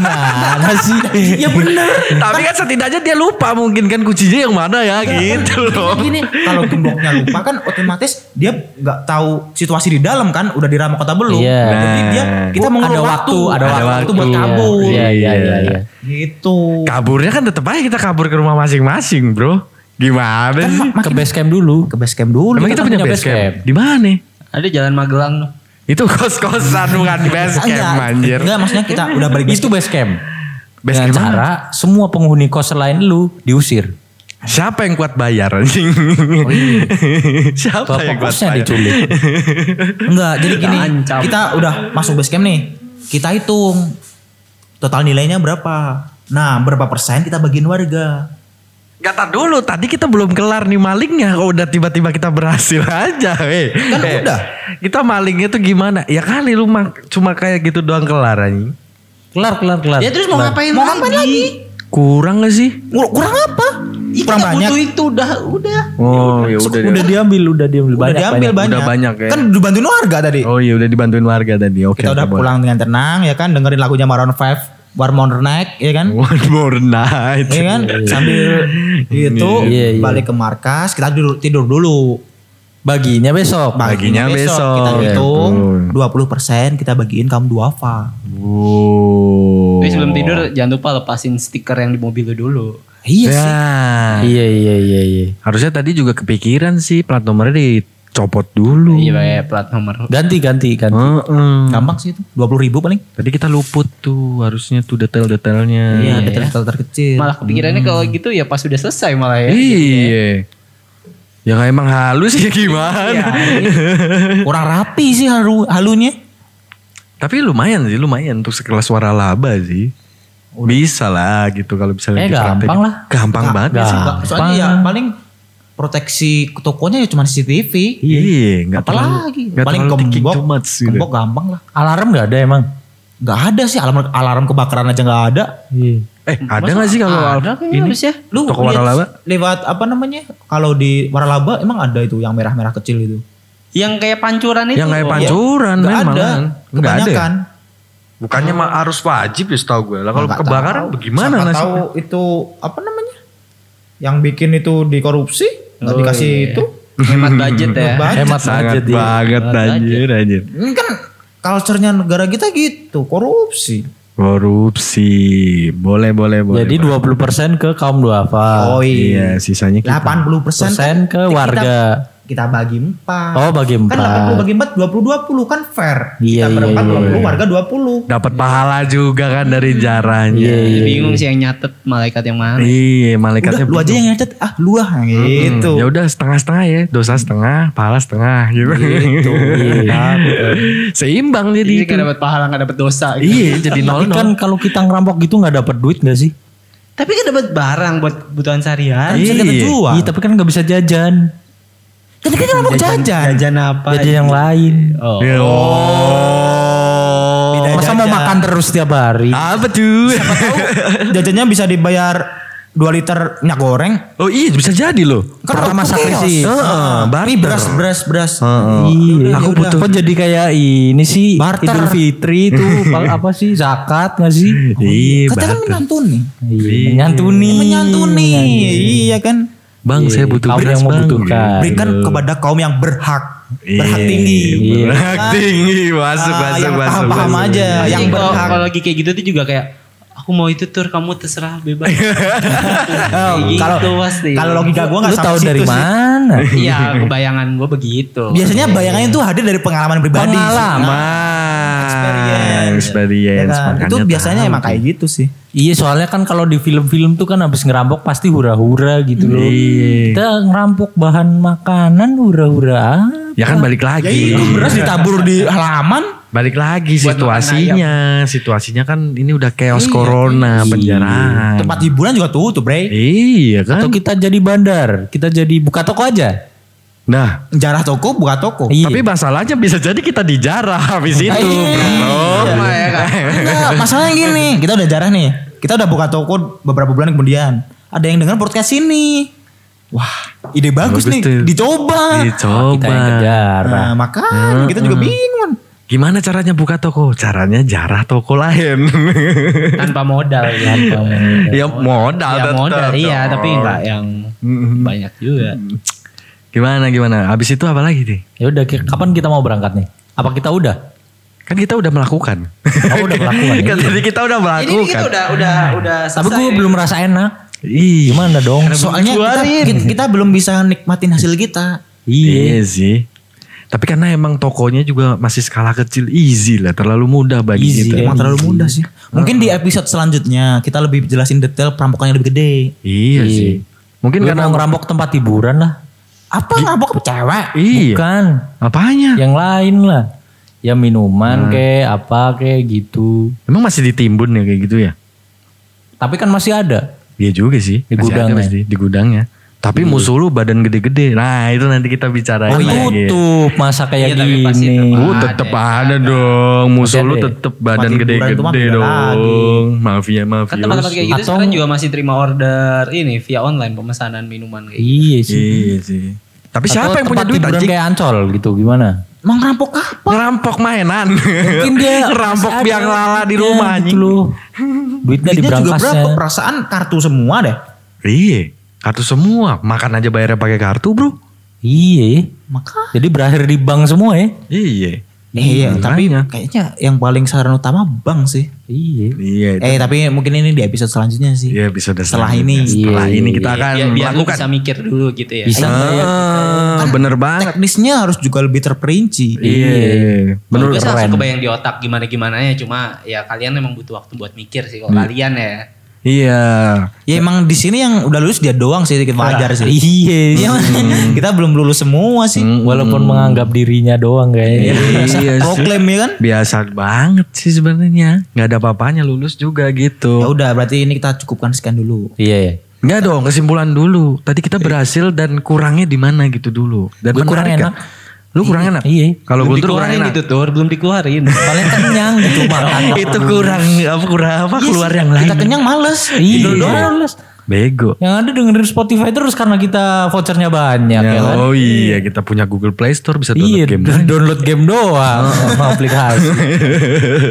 Speaker 4: Mana sih?
Speaker 2: ya bener.
Speaker 1: tapi kan setidaknya dia lupa mungkin kan kuncinya yang mana
Speaker 4: Iya.
Speaker 1: ya gitu loh.
Speaker 2: Gini, kalau gemboknya lupa kan otomatis dia nggak tahu situasi di dalam kan, udah di ramah kota belum.
Speaker 4: Iya.
Speaker 2: Jadi dia kita
Speaker 4: Ada
Speaker 2: mengeluarkan
Speaker 4: waktu, ada waktu.
Speaker 2: buat
Speaker 4: Iya,
Speaker 2: kabur.
Speaker 4: iya, iya, iya, iya.
Speaker 2: Gitu.
Speaker 1: Kaburnya kan tetap aja kita kabur ke rumah masing-masing, Bro. Gimana sih?
Speaker 4: Ke base camp dulu.
Speaker 2: Ke base camp dulu.
Speaker 1: Emang
Speaker 4: Kan
Speaker 1: kita
Speaker 4: kita kan
Speaker 1: punya
Speaker 4: punya
Speaker 1: base
Speaker 4: base
Speaker 1: camp? Di mana?
Speaker 3: Ada jalan Magelang.
Speaker 2: Nah,
Speaker 1: Itu kos-kosan bukan
Speaker 4: Iya.
Speaker 1: base camp anjir.
Speaker 2: Enggak, maksudnya kita udah balik base
Speaker 4: Itu base camp.
Speaker 1: Base
Speaker 4: Dengan
Speaker 1: camp mana?
Speaker 4: cara semua penghuni kos selain lu diusir.
Speaker 1: Siapa yang kuat bayar anjing?
Speaker 4: Oh,
Speaker 1: Siapa
Speaker 4: Ketua
Speaker 1: yang kuat
Speaker 4: iya. kosnya
Speaker 1: bayar?
Speaker 4: diculik.
Speaker 2: Enggak, jadi gini,
Speaker 3: Ancam.
Speaker 2: kita udah masuk base camp nih. Kita hitung total nilainya berapa. Nah, berapa persen kita bagiin warga.
Speaker 1: Gak tar dulu, tadi kita belum kelar nih malingnya. Kok udah tiba-tiba kita berhasil aja, weh.
Speaker 2: Kan
Speaker 1: Eh,
Speaker 2: udah.
Speaker 1: Kita malingnya tuh gimana? Ya kali lu mang- cuma kayak gitu doang kelar anjing.
Speaker 4: Kelar, kelar, kelar.
Speaker 3: Ya terus mau ngapain
Speaker 2: nah. Mau
Speaker 3: lagi?
Speaker 2: ngapain lagi?
Speaker 1: Kurang gak sih?
Speaker 2: Kur- Kurang apa? Kurang
Speaker 3: Ih, kita
Speaker 2: banyak.
Speaker 3: butuh itu udah udah.
Speaker 1: Oh, ya udah.
Speaker 4: udah diambil, udah diambil
Speaker 2: udah diambil banyak.
Speaker 1: Udah banyak ya.
Speaker 2: Kan udah bantuin warga tadi.
Speaker 1: Oh iya udah dibantuin warga tadi. Oke.
Speaker 2: kita
Speaker 1: oke,
Speaker 2: udah
Speaker 1: boleh.
Speaker 2: pulang dengan tenang ya kan dengerin lagunya Maroon 5 One More Night ya kan
Speaker 1: One more night.
Speaker 2: ya kan
Speaker 1: Oh,
Speaker 2: sambil itu
Speaker 4: Iya, iya.
Speaker 2: Gitu. balik ke markas kita tidur tidur dulu
Speaker 4: Baginya besok.
Speaker 1: Baginya besok.
Speaker 2: kita
Speaker 1: Ya,
Speaker 2: hitung
Speaker 1: betul. Hmm.
Speaker 2: 20% kita bagiin kamu duafa
Speaker 1: Wow.
Speaker 3: Tapi
Speaker 2: Oh.
Speaker 3: sebelum tidur jangan lupa lepasin stiker yang di mobil lu dulu.
Speaker 4: Iya sih.
Speaker 1: Nah,
Speaker 4: Iya, iya, iya, iya.
Speaker 1: harusnya tadi juga kepikiran sih plat nomornya dicopot dulu.
Speaker 2: Hmm.
Speaker 3: Iya pakai plat nomor.
Speaker 4: Ganti, ganti, ganti.
Speaker 1: Heeh.
Speaker 2: gampang sih itu 20 ribu paling
Speaker 1: Tadi kita luput tuh harusnya tuh detail-detailnya.
Speaker 2: iya detail-detail terkecil
Speaker 3: Malah kepikirannya kalau
Speaker 2: Hmm.
Speaker 3: gitu ya pas udah selesai malah ya.
Speaker 1: Iya. Ya kayak emang halus ya gimana.
Speaker 2: kurang rapi sih halu halunya
Speaker 1: Tapi lumayan sih, lumayan untuk sekelas suara laba sih. Bisa lah gitu kalau misalnya
Speaker 4: Eh,
Speaker 1: kita
Speaker 4: gampang
Speaker 1: rapihin.
Speaker 4: lah.
Speaker 1: Gampang banget Iya, sih.
Speaker 4: gampang.
Speaker 2: Nggak, soalnya ya paling proteksi tokonya ya cuma CCTV
Speaker 1: Iya, nggak
Speaker 2: apalagi
Speaker 1: nggak
Speaker 2: gitu. paling
Speaker 1: terlalu thinking
Speaker 2: gembok
Speaker 1: too much gitu.
Speaker 2: gembok gampang lah
Speaker 4: Alarm nggak ada emang?
Speaker 2: Gak ada sih alarm alarm kebakaran aja gak ada.
Speaker 4: Iya.
Speaker 1: Eh, ada nggak sih kalau
Speaker 3: Ada kan
Speaker 1: ini
Speaker 3: harusnya.
Speaker 2: Lu
Speaker 1: toko
Speaker 2: lihat
Speaker 1: waralaba?
Speaker 2: Lewat apa namanya? Kalau di waralaba emang ada itu yang merah-merah kecil itu.
Speaker 3: Yang kayak pancuran itu.
Speaker 1: Yang kayak
Speaker 3: loh.
Speaker 1: pancuran
Speaker 2: Gak
Speaker 1: memang.
Speaker 2: ada.
Speaker 1: Nggak ada. ya?
Speaker 2: Kebanyakan.
Speaker 1: Bukannya mah harus wajib ya setahu gue. Lah kalau
Speaker 2: Nggak
Speaker 1: kebakaran
Speaker 2: tahu.
Speaker 1: bagaimana
Speaker 2: Siapa
Speaker 1: nasibnya?
Speaker 2: tahu itu apa namanya? Yang bikin itu dikorupsi, nggak
Speaker 3: Oh,
Speaker 2: dikasih
Speaker 3: iya.
Speaker 2: itu.
Speaker 3: Hemat budget ya.
Speaker 2: Hemat
Speaker 4: Hemat
Speaker 1: Sangat
Speaker 4: budget ya.
Speaker 1: banget anjir anjir.
Speaker 2: Ini kan culture-nya negara kita gitu, korupsi.
Speaker 1: Korupsi. Boleh boleh boleh.
Speaker 4: Jadi 20% ke kaum duafa.
Speaker 2: Oh
Speaker 1: iya, sisanya kita.
Speaker 2: 80 persen kan
Speaker 4: Persen ke warga.
Speaker 2: Kita, bagi empat.
Speaker 4: Oh, bagi
Speaker 2: Kan 80
Speaker 4: empat.
Speaker 2: bagi empat 20 20 kan fair. kita
Speaker 4: Iya, iya,
Speaker 2: berempat
Speaker 4: iya,
Speaker 2: 20 warga 20.
Speaker 1: Dapat pahala juga kan dari jaranya.
Speaker 3: Jadi Bingung sih yang nyatet malaikat yang mana.
Speaker 1: Iya,
Speaker 2: Udah
Speaker 1: malaikatnya
Speaker 2: lu aja yang nyatet ah lu ah gitu.
Speaker 1: Ya udah setengah-setengah ya, dosa setengah, pahala setengah gitu. Seimbang jadi
Speaker 3: Jadi
Speaker 1: itu.
Speaker 3: gak dapat pahala gak dapat dosa. gitu.
Speaker 1: Iya, jadi
Speaker 4: Tapi
Speaker 1: nol-nol.
Speaker 4: kan kalau kita ngerampok gitu nggak dapat duit nggak sih?
Speaker 3: Tapi kan dapat barang buat kebutuhan sehari-hari.
Speaker 1: Iya.
Speaker 2: kita jual.
Speaker 4: Iya, tapi kan nggak bisa jajan.
Speaker 2: Kan kita ngomong jajan.
Speaker 3: Jajan apa?
Speaker 4: Jajan yang lain.
Speaker 3: Oh.
Speaker 1: Ya, Oh.
Speaker 2: Beda
Speaker 4: Masa mau
Speaker 2: jajan.
Speaker 4: makan terus tiap hari?
Speaker 1: Apa tuh?
Speaker 2: Jajannya bisa dibayar 2 liter minyak goreng.
Speaker 1: Oh iya bisa jadi loh.
Speaker 2: Kan
Speaker 4: Pertama
Speaker 2: waktu
Speaker 4: sakrisi.
Speaker 2: kios.
Speaker 1: Heeh,
Speaker 2: Ah,
Speaker 1: barter.
Speaker 2: ini beras beras beras. Ya
Speaker 4: Iya,
Speaker 1: Aku butuh.
Speaker 4: Kok jadi kayak ini sih
Speaker 2: Barter.
Speaker 4: Idul Fitri itu apa sih zakat nggak sih?
Speaker 1: Iya,
Speaker 2: Kata kan
Speaker 1: Bang.
Speaker 2: menyantuni.
Speaker 4: Iya, menyantuni.
Speaker 2: Menyantuni. Iya kan.
Speaker 1: Bang, saya butuh
Speaker 4: Kaum
Speaker 1: beras,
Speaker 4: yang
Speaker 1: Bang.
Speaker 4: membutuhkan.
Speaker 2: Berikan kepada kaum yang berhak. Berhak tinggi.
Speaker 1: Iya, Berhak tinggi, masuk, masuk,
Speaker 2: Ah, yang
Speaker 1: masuk.
Speaker 2: paham-paham
Speaker 1: masuk. Iya.
Speaker 2: aja.
Speaker 3: Pasti
Speaker 2: yang
Speaker 3: kalau-
Speaker 2: berhak.
Speaker 3: Iya, Kalau lagi kayak gitu tuh juga kayak aku mau itu tur kamu terserah bebas. Kayak gitu
Speaker 2: Oh, Kalau
Speaker 3: pasti.
Speaker 2: kalau logika gue nggak
Speaker 4: Lu
Speaker 2: sampai
Speaker 4: tahu
Speaker 2: situ
Speaker 4: dari
Speaker 2: sih.
Speaker 4: mana?
Speaker 3: Iya, kebayangan gue begitu. Iya,
Speaker 2: Biasanya bayangannya itu hadir dari pengalaman pribadi. Nah,
Speaker 4: Pengalaman.
Speaker 1: Experience,
Speaker 2: Ya
Speaker 1: experience.
Speaker 2: kan? Itu
Speaker 1: makanya
Speaker 2: biasanya
Speaker 1: tahu.
Speaker 2: emang kayak gitu sih.
Speaker 4: Iya soalnya kan kalau di film-film tuh kan habis ngerampok pasti hura-hura gitu loh.
Speaker 1: Iya.
Speaker 4: Kita ngerampok bahan makanan hura-hura.
Speaker 1: Ya kan balik lagi.
Speaker 2: Beras ditabur di halaman.
Speaker 1: Balik lagi situasinya. Situasinya kan ini udah chaos corona, penjaraan.
Speaker 2: Tempat hiburan juga tutup bre.
Speaker 1: Iya kan?
Speaker 4: Atau kita jadi bandar, kita jadi buka toko aja.
Speaker 1: Nah,
Speaker 2: Jarah toko buka toko.
Speaker 4: Iya.
Speaker 1: tapi masalahnya bisa jadi kita dijarah habis itu.
Speaker 2: Iya.
Speaker 1: Bro.
Speaker 2: Enggak, masalahnya gini. Kita udah jarah nih. Kita udah buka toko beberapa bulan kemudian. ada yang dengar podcast ini. Wah, ide bagus,
Speaker 1: Bagus
Speaker 2: nih,
Speaker 1: tuh.
Speaker 2: dicoba.
Speaker 4: Kita yang
Speaker 1: Dicoba.
Speaker 4: kejar.
Speaker 2: Nah, makanya kita juga bingung.
Speaker 1: Gimana caranya buka toko? Caranya jarah toko lain.
Speaker 3: tanpa modal ya.
Speaker 1: ya modal
Speaker 3: ya
Speaker 1: tetep Oh.
Speaker 3: modal
Speaker 1: dong.
Speaker 3: iya tapi nggak yang banyak juga
Speaker 1: Gimana gimana? Abis itu apa lagi nih?
Speaker 4: Ya udah ki- kapan kita mau berangkat nih? Apa kita udah?
Speaker 1: Kan kita udah melakukan.
Speaker 4: Oh, udah melakukan,
Speaker 1: kan
Speaker 4: iya.
Speaker 1: tadi kita udah
Speaker 3: ini
Speaker 1: melakukan.
Speaker 3: kita udah udah udah
Speaker 4: Tapi gue belum merasa enak.
Speaker 1: Ih,
Speaker 4: Gimana dong?
Speaker 2: Soalnya kita, kita, kita belum bisa nikmatin hasil kita.
Speaker 1: Iya sih. Tapi karena emang tokonya juga masih skala kecil, easy lah, terlalu mudah bagi
Speaker 4: Easy,
Speaker 1: kita.
Speaker 2: Emang terlalu mudah sih. Mungkin di episode selanjutnya kita lebih jelasin detail perampokannya lebih gede.
Speaker 1: Iya sih. Mungkin
Speaker 4: Gue
Speaker 1: karena
Speaker 4: mau ngerampok tempat hiburan lah.
Speaker 2: Apa ngabok apa cewek?
Speaker 1: Iya.
Speaker 4: Bukan. Iya.
Speaker 1: Apanya?
Speaker 4: Yang lain lah. Ya minuman kayak apa kayak gitu.
Speaker 1: Emang masih ditimbun ya kayak gitu ya?
Speaker 4: Tapi kan masih ada.
Speaker 1: Iya juga sih.
Speaker 4: Di
Speaker 1: Masih ada
Speaker 4: gudangnya.
Speaker 1: pasti, di gudangnya. Tapi musuh lu badan gede-gede. Nah itu nanti kita bicarain
Speaker 4: Kan
Speaker 1: lagi.
Speaker 4: tutup masa kayak
Speaker 3: Iya, tapi pasti
Speaker 4: gini.
Speaker 1: Lu tetep ada, dong. Musuh lu tetep badan
Speaker 2: hiburan tuh mah
Speaker 1: gede-gede
Speaker 2: beda
Speaker 1: dong. ya, Mafia
Speaker 3: kan
Speaker 1: mafia.
Speaker 3: tempat-tempat kayak gitu
Speaker 4: Atau-
Speaker 3: sekarang juga masih terima order ini via online pemesanan minuman kayak gitu.
Speaker 4: Iya sih.
Speaker 1: Iya sih. Tapi siapa
Speaker 4: Atau
Speaker 1: yang punya
Speaker 4: tempat
Speaker 1: duit
Speaker 4: hiburan
Speaker 1: anjing?
Speaker 4: kayak ancol gitu gimana?
Speaker 2: Mau ngerampok apa?
Speaker 1: Ngerampok mainan.
Speaker 4: Mungkin dia
Speaker 1: ngerampok
Speaker 4: masih ada
Speaker 1: biang lala Nah, di
Speaker 4: duitnya
Speaker 1: rumah
Speaker 4: gitu
Speaker 1: anjing.
Speaker 4: loh. Duitnya
Speaker 2: Duitnya juga
Speaker 4: di
Speaker 2: berapa?
Speaker 4: berangkasnya.
Speaker 2: Perasaan kartu semua deh.
Speaker 1: Iya. Kartu semua. Makan aja bayarnya pakai kartu bro.
Speaker 4: Iya.
Speaker 2: Maka
Speaker 4: Jadi berakhir di bank semua ya?
Speaker 1: Iya.
Speaker 2: Iya, tapi
Speaker 1: makanya.
Speaker 2: kayaknya yang paling saran utama bank sih.
Speaker 4: Iya.
Speaker 1: Iya. itu.
Speaker 2: Eh, tapi mungkin ini di episode selanjutnya sih.
Speaker 1: Iya bisa
Speaker 2: Setelah ini.
Speaker 1: Setelah
Speaker 4: Iya,
Speaker 1: ini kita akan
Speaker 3: Biar- biar lu
Speaker 1: kan, melakukan.
Speaker 3: bisa mikir dulu gitu
Speaker 2: Iya,
Speaker 3: ya
Speaker 1: Iya.
Speaker 4: Bisa nggak ya?
Speaker 1: Ah, bener banget.
Speaker 2: Teknisnya harus juga lebih terperinci.
Speaker 1: Iya.
Speaker 3: Kalau gue
Speaker 1: Menurut
Speaker 3: sih langsung kebayang di otak gimana gimana ya cuma ya kalian emang butuh waktu buat mikir sih kalau kalian ya
Speaker 1: Iya.
Speaker 2: Ya emang di sini yang udah lulus dia doang sih sedikit wajar sih.
Speaker 4: Iya.
Speaker 2: Iya,
Speaker 1: Hmm.
Speaker 2: kita belum lulus semua sih.
Speaker 4: Walaupun menganggap dirinya doang kayaknya.
Speaker 1: Iya sih.
Speaker 2: Proklaim ya kan?
Speaker 1: Biasa banget sih sebenarnya. Nggak ada apa-apanya lulus juga
Speaker 2: Ya
Speaker 1: gitu.
Speaker 2: udah, berarti ini kita cukupkan sekian dulu.
Speaker 4: Iya ya.
Speaker 1: Nggak dong kesimpulan dulu. Tadi kita berhasil dan kurangnya di mana gitu dulu. Dan
Speaker 4: Gue kurang
Speaker 1: menarik
Speaker 4: enak.
Speaker 1: kan? Lu kurang enak?
Speaker 4: Iya.
Speaker 1: Kalau gue tuh kurang enak.
Speaker 3: itu tuh gitu, belum dikeluarin
Speaker 4: Paling kenyang gitu makan.
Speaker 1: itu kurang apa kurang apa Iya, keluar yang
Speaker 2: Iya Kita
Speaker 1: lain
Speaker 2: kenyang males.
Speaker 4: Iya.
Speaker 2: Itu doang.
Speaker 1: bego
Speaker 4: Yang ada dengerin Spotify terus karena kita vouchernya banyak ya, kan.
Speaker 1: oh iya kita punya Google Play Store bisa download
Speaker 4: Iya,
Speaker 1: game
Speaker 4: download game doang sama aplikasi.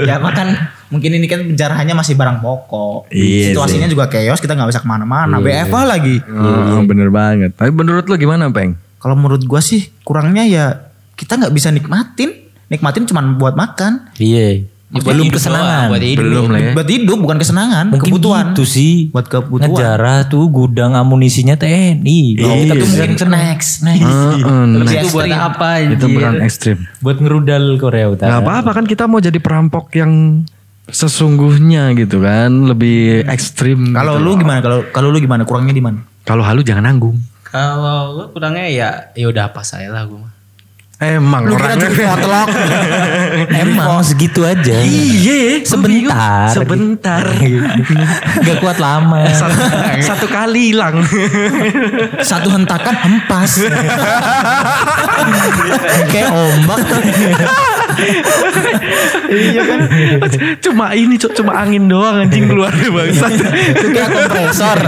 Speaker 2: ya makan mungkin ini kan penjarahannya masih barang pokok.
Speaker 1: Iya
Speaker 2: Situasinya juga chaos, kita nggak bisa kemana-mana. BFA lagi.
Speaker 1: Oh, bener banget tapi menurut lu gimana peng
Speaker 2: Kalau menurut gua sih kurangnya ya kita nggak bisa nikmatin. Nikmatin cuman buat makan,
Speaker 4: Iya. Belum kesenangan.
Speaker 3: buat hidup
Speaker 1: belum lah ya
Speaker 2: buat hidup bukan kesenangan,
Speaker 4: Mungkin
Speaker 2: kebutuhan.
Speaker 4: gitu sih.
Speaker 2: Buat kebutuhan. Ya,
Speaker 4: Ngejarah tuh gudang amunisinya TNI. Kalau
Speaker 1: Iya
Speaker 4: kita tuh
Speaker 1: sih.
Speaker 4: mungkin next, next.
Speaker 1: Heeh,
Speaker 3: Terus
Speaker 1: nah,
Speaker 3: itu buat apa
Speaker 1: itu
Speaker 3: anjir?
Speaker 1: bukan Iya. ekstrim
Speaker 4: Buat ngerudal Korea Utara.
Speaker 1: nggak apa-apa kan kita mau jadi perampok yang sesungguhnya gitu kan lebih ekstrim
Speaker 2: Kalau
Speaker 1: gitu.
Speaker 2: lu gimana? Kalau kalau lu gimana? Kurangnya di mana?
Speaker 1: kalau halu jangan nanggung
Speaker 3: kalau gue kurangnya ya ya udah apa saya lah gue mah
Speaker 1: emang orangnya
Speaker 4: Emang segitu aja.
Speaker 1: iya
Speaker 4: Sebentar.
Speaker 1: sebentar
Speaker 4: Gak kuat lama.
Speaker 1: satu kali hilang
Speaker 2: Satu hentakan hempas. Kayak ombak.
Speaker 1: Iya kan? Cuma ini cuk, cuma angin doang anjing keluar bangsa.
Speaker 2: Kayak kompresor.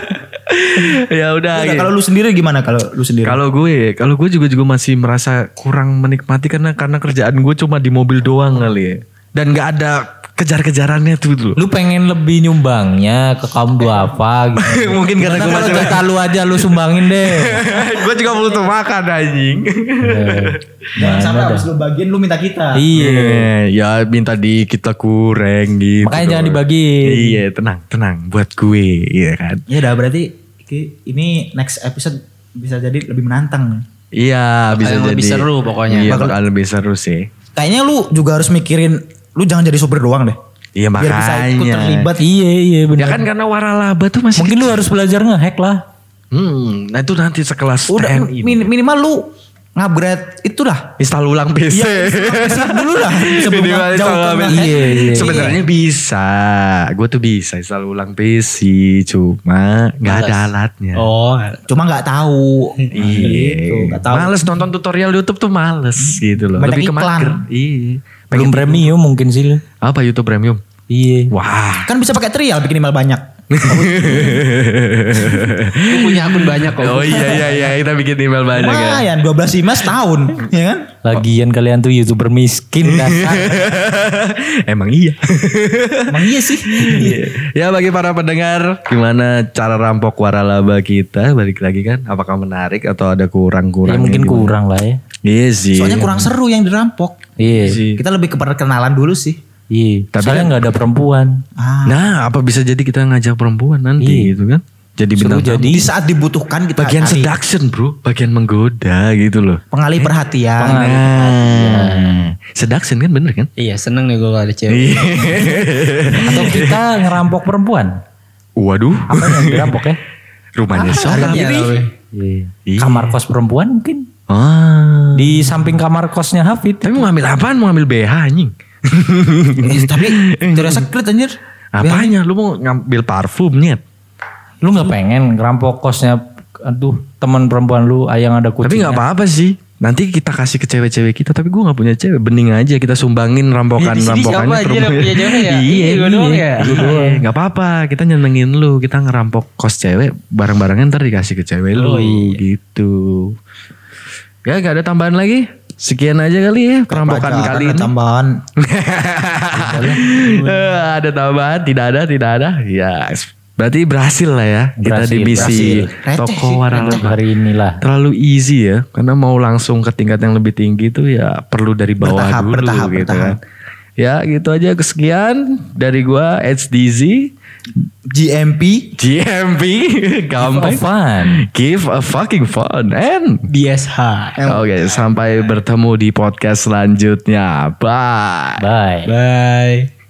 Speaker 1: ya udah.
Speaker 2: Nah,
Speaker 1: gitu.
Speaker 2: kalau lu sendiri gimana kalau lu sendiri?
Speaker 1: Kalau gue, kalau gue juga juga masih merasa kurang menikmati karena karena kerjaan gue cuma di mobil doang kali ya. Dan nggak ada kejar-kejarannya tuh dulu.
Speaker 4: Lu pengen lebih nyumbangnya ke kaum duafa gitu.
Speaker 1: Mungkin karena gue
Speaker 4: Kalau
Speaker 1: masih
Speaker 4: jatah lu aja lu sumbangin deh.
Speaker 1: Gitu gue juga butuh makan anjing.
Speaker 2: Jangan sampai habis lu bagian lu minta kita.
Speaker 4: Iya.
Speaker 1: Iya, ya minta di kita kurang gitu.
Speaker 4: Makanya jangan
Speaker 1: dong.
Speaker 4: dibagi.
Speaker 1: Iya, tenang, tenang buat gue, iya kan.
Speaker 2: Ya udah berarti ki- ini next episode bisa jadi lebih menantang.
Speaker 1: Iya, bisa
Speaker 3: yang
Speaker 1: jadi.
Speaker 3: lebih seru pokoknya.
Speaker 1: Iya, bakal lebih seru sih.
Speaker 2: Kayaknya lu juga harus mikirin lu jangan jadi sopir doang deh.
Speaker 1: Iya
Speaker 2: Biar
Speaker 1: makanya.
Speaker 2: bisa ikut terlibat.
Speaker 4: Iya iya
Speaker 1: Ya
Speaker 4: benar.
Speaker 1: kan karena waralaba tuh masih.
Speaker 4: Mungkin lu harus belajar nge-hack lah.
Speaker 1: Hmm, nah itu nanti sekelas
Speaker 2: Udah
Speaker 1: TNI.
Speaker 2: min- minimal lu ngupgrade itulah.
Speaker 1: install ulang PC.
Speaker 2: Bisa dulu lah sebelum
Speaker 1: Minimal Iya, install
Speaker 2: jauh
Speaker 1: ulang
Speaker 2: ke
Speaker 1: PC.
Speaker 4: Iya, iya.
Speaker 1: Sebenarnya bisa. Gue tuh bisa install ulang PC, cuma nggak ada alatnya.
Speaker 3: oh
Speaker 2: Cuma nggak tahu. Gitu,
Speaker 1: Iya,
Speaker 2: nggak tahu.
Speaker 1: males nonton tutorial YouTube tuh males gitu loh.
Speaker 2: Banyak
Speaker 1: Lebih ke
Speaker 2: iklan.
Speaker 1: mager. Iya.
Speaker 4: Belum premium mungkin sih lu.
Speaker 1: Apa YouTube Premium?
Speaker 4: Iya.
Speaker 1: Wah,
Speaker 2: Kan bisa pakai trial bikin email banyak.
Speaker 3: Gue punya akun banyak kok.
Speaker 1: oh iya iya iya kita bikin email banyak ya.
Speaker 2: Lumayan 12 IMA setahun, ya kan?
Speaker 4: Lagian
Speaker 1: Oh.
Speaker 4: kalian tuh youtuber miskin dasar.
Speaker 1: Emang iya.
Speaker 2: Emang iya sih.
Speaker 1: ya bagi para pendengar, gimana cara rampok waralaba kita balik lagi kan? Apakah menarik atau ada kurang-kurang?
Speaker 4: ya mungkin kurang lah ya.
Speaker 1: Iya sih.
Speaker 2: Soalnya kurang seru yang dirampok.
Speaker 4: Iya.
Speaker 1: sih.
Speaker 2: Kita lebih ke perkenalan dulu sih.
Speaker 4: Iya.
Speaker 1: Tapi
Speaker 4: Soalnya nggak ada perempuan.
Speaker 2: Ah,
Speaker 1: Nah, apa bisa jadi kita ngajak perempuan
Speaker 4: Iya.
Speaker 1: nanti gitu kan? Jadi
Speaker 4: Seru
Speaker 1: bintang
Speaker 4: jadi
Speaker 2: di saat dibutuhkan kita
Speaker 1: bagian
Speaker 2: cari
Speaker 1: seduction, Bro, bagian menggoda gitu loh.
Speaker 2: pengalih perhatian.
Speaker 4: Ya.
Speaker 1: Nah, seduction kan bener kan?
Speaker 3: Iya seneng nih gue kalau ada cewek.
Speaker 1: Iya.
Speaker 4: Atau kita ngerampok perempuan.
Speaker 1: Waduh,
Speaker 4: Apa yang dirampok ya?
Speaker 1: rumahnya
Speaker 3: Harga
Speaker 1: seorang.
Speaker 3: diri.
Speaker 4: Iya.
Speaker 1: Iya.
Speaker 4: Kamar kos perempuan mungkin.
Speaker 1: Ah.
Speaker 4: Di samping kamar kosnya Hafid.
Speaker 1: Tapi mau ngambil apaan? Mau ngambil BH anjing.
Speaker 2: Ih, Eh, tapi terasa sekret anjir.
Speaker 1: Apanya? Lu mau ngambil parfum nyet?
Speaker 4: Lu nggak pengen ngerampok kosnya aduh teman perempuan lu ayang ada kucing.
Speaker 1: Tapi nggak apa-apa sih. Nanti kita kasih ke cewek-cewek kita, tapi gua nggak punya cewek. Bening aja kita sumbangin rampokan
Speaker 3: Iya, Di sini siapa
Speaker 1: rampokannya
Speaker 3: aja yang punya cewek ya?
Speaker 1: iya,
Speaker 3: Gua doang
Speaker 1: iya.
Speaker 3: ya?
Speaker 1: Gua doang. Nggak apa-apa, kita nyenengin lu, kita ngerampok kos cewek, barang-barangnya ntar dikasih ke cewek lu,
Speaker 3: Oh, iya.
Speaker 1: gitu. Ya nggak ada tambahan lagi. Sekian aja kali ya perampokan
Speaker 2: Pacaran
Speaker 1: kali
Speaker 2: ada
Speaker 1: ini.
Speaker 2: Tambahan.
Speaker 1: Eh, ada tambahan? Tidak ada, tidak ada. Ya, berarti berhasil lah ya kita
Speaker 4: Berhasil,
Speaker 1: di misi
Speaker 4: berhasil.
Speaker 2: Receh sih,
Speaker 1: toko waralaba
Speaker 4: Hari inilah.
Speaker 1: terlalu easy ya karena mau langsung ke tingkat yang lebih tinggi itu ya perlu dari bawah
Speaker 2: Bertahap,
Speaker 1: dulu
Speaker 2: bertahap,
Speaker 1: gitu kan
Speaker 2: bertahap.
Speaker 1: ya gitu aja kesekian dari gua HDZ
Speaker 2: GMP
Speaker 1: GMP gampang
Speaker 4: Fun.
Speaker 1: give a fucking fun and
Speaker 3: BSH.
Speaker 1: oke sampai bertemu di podcast selanjutnya bye
Speaker 4: Bye.
Speaker 3: Bye.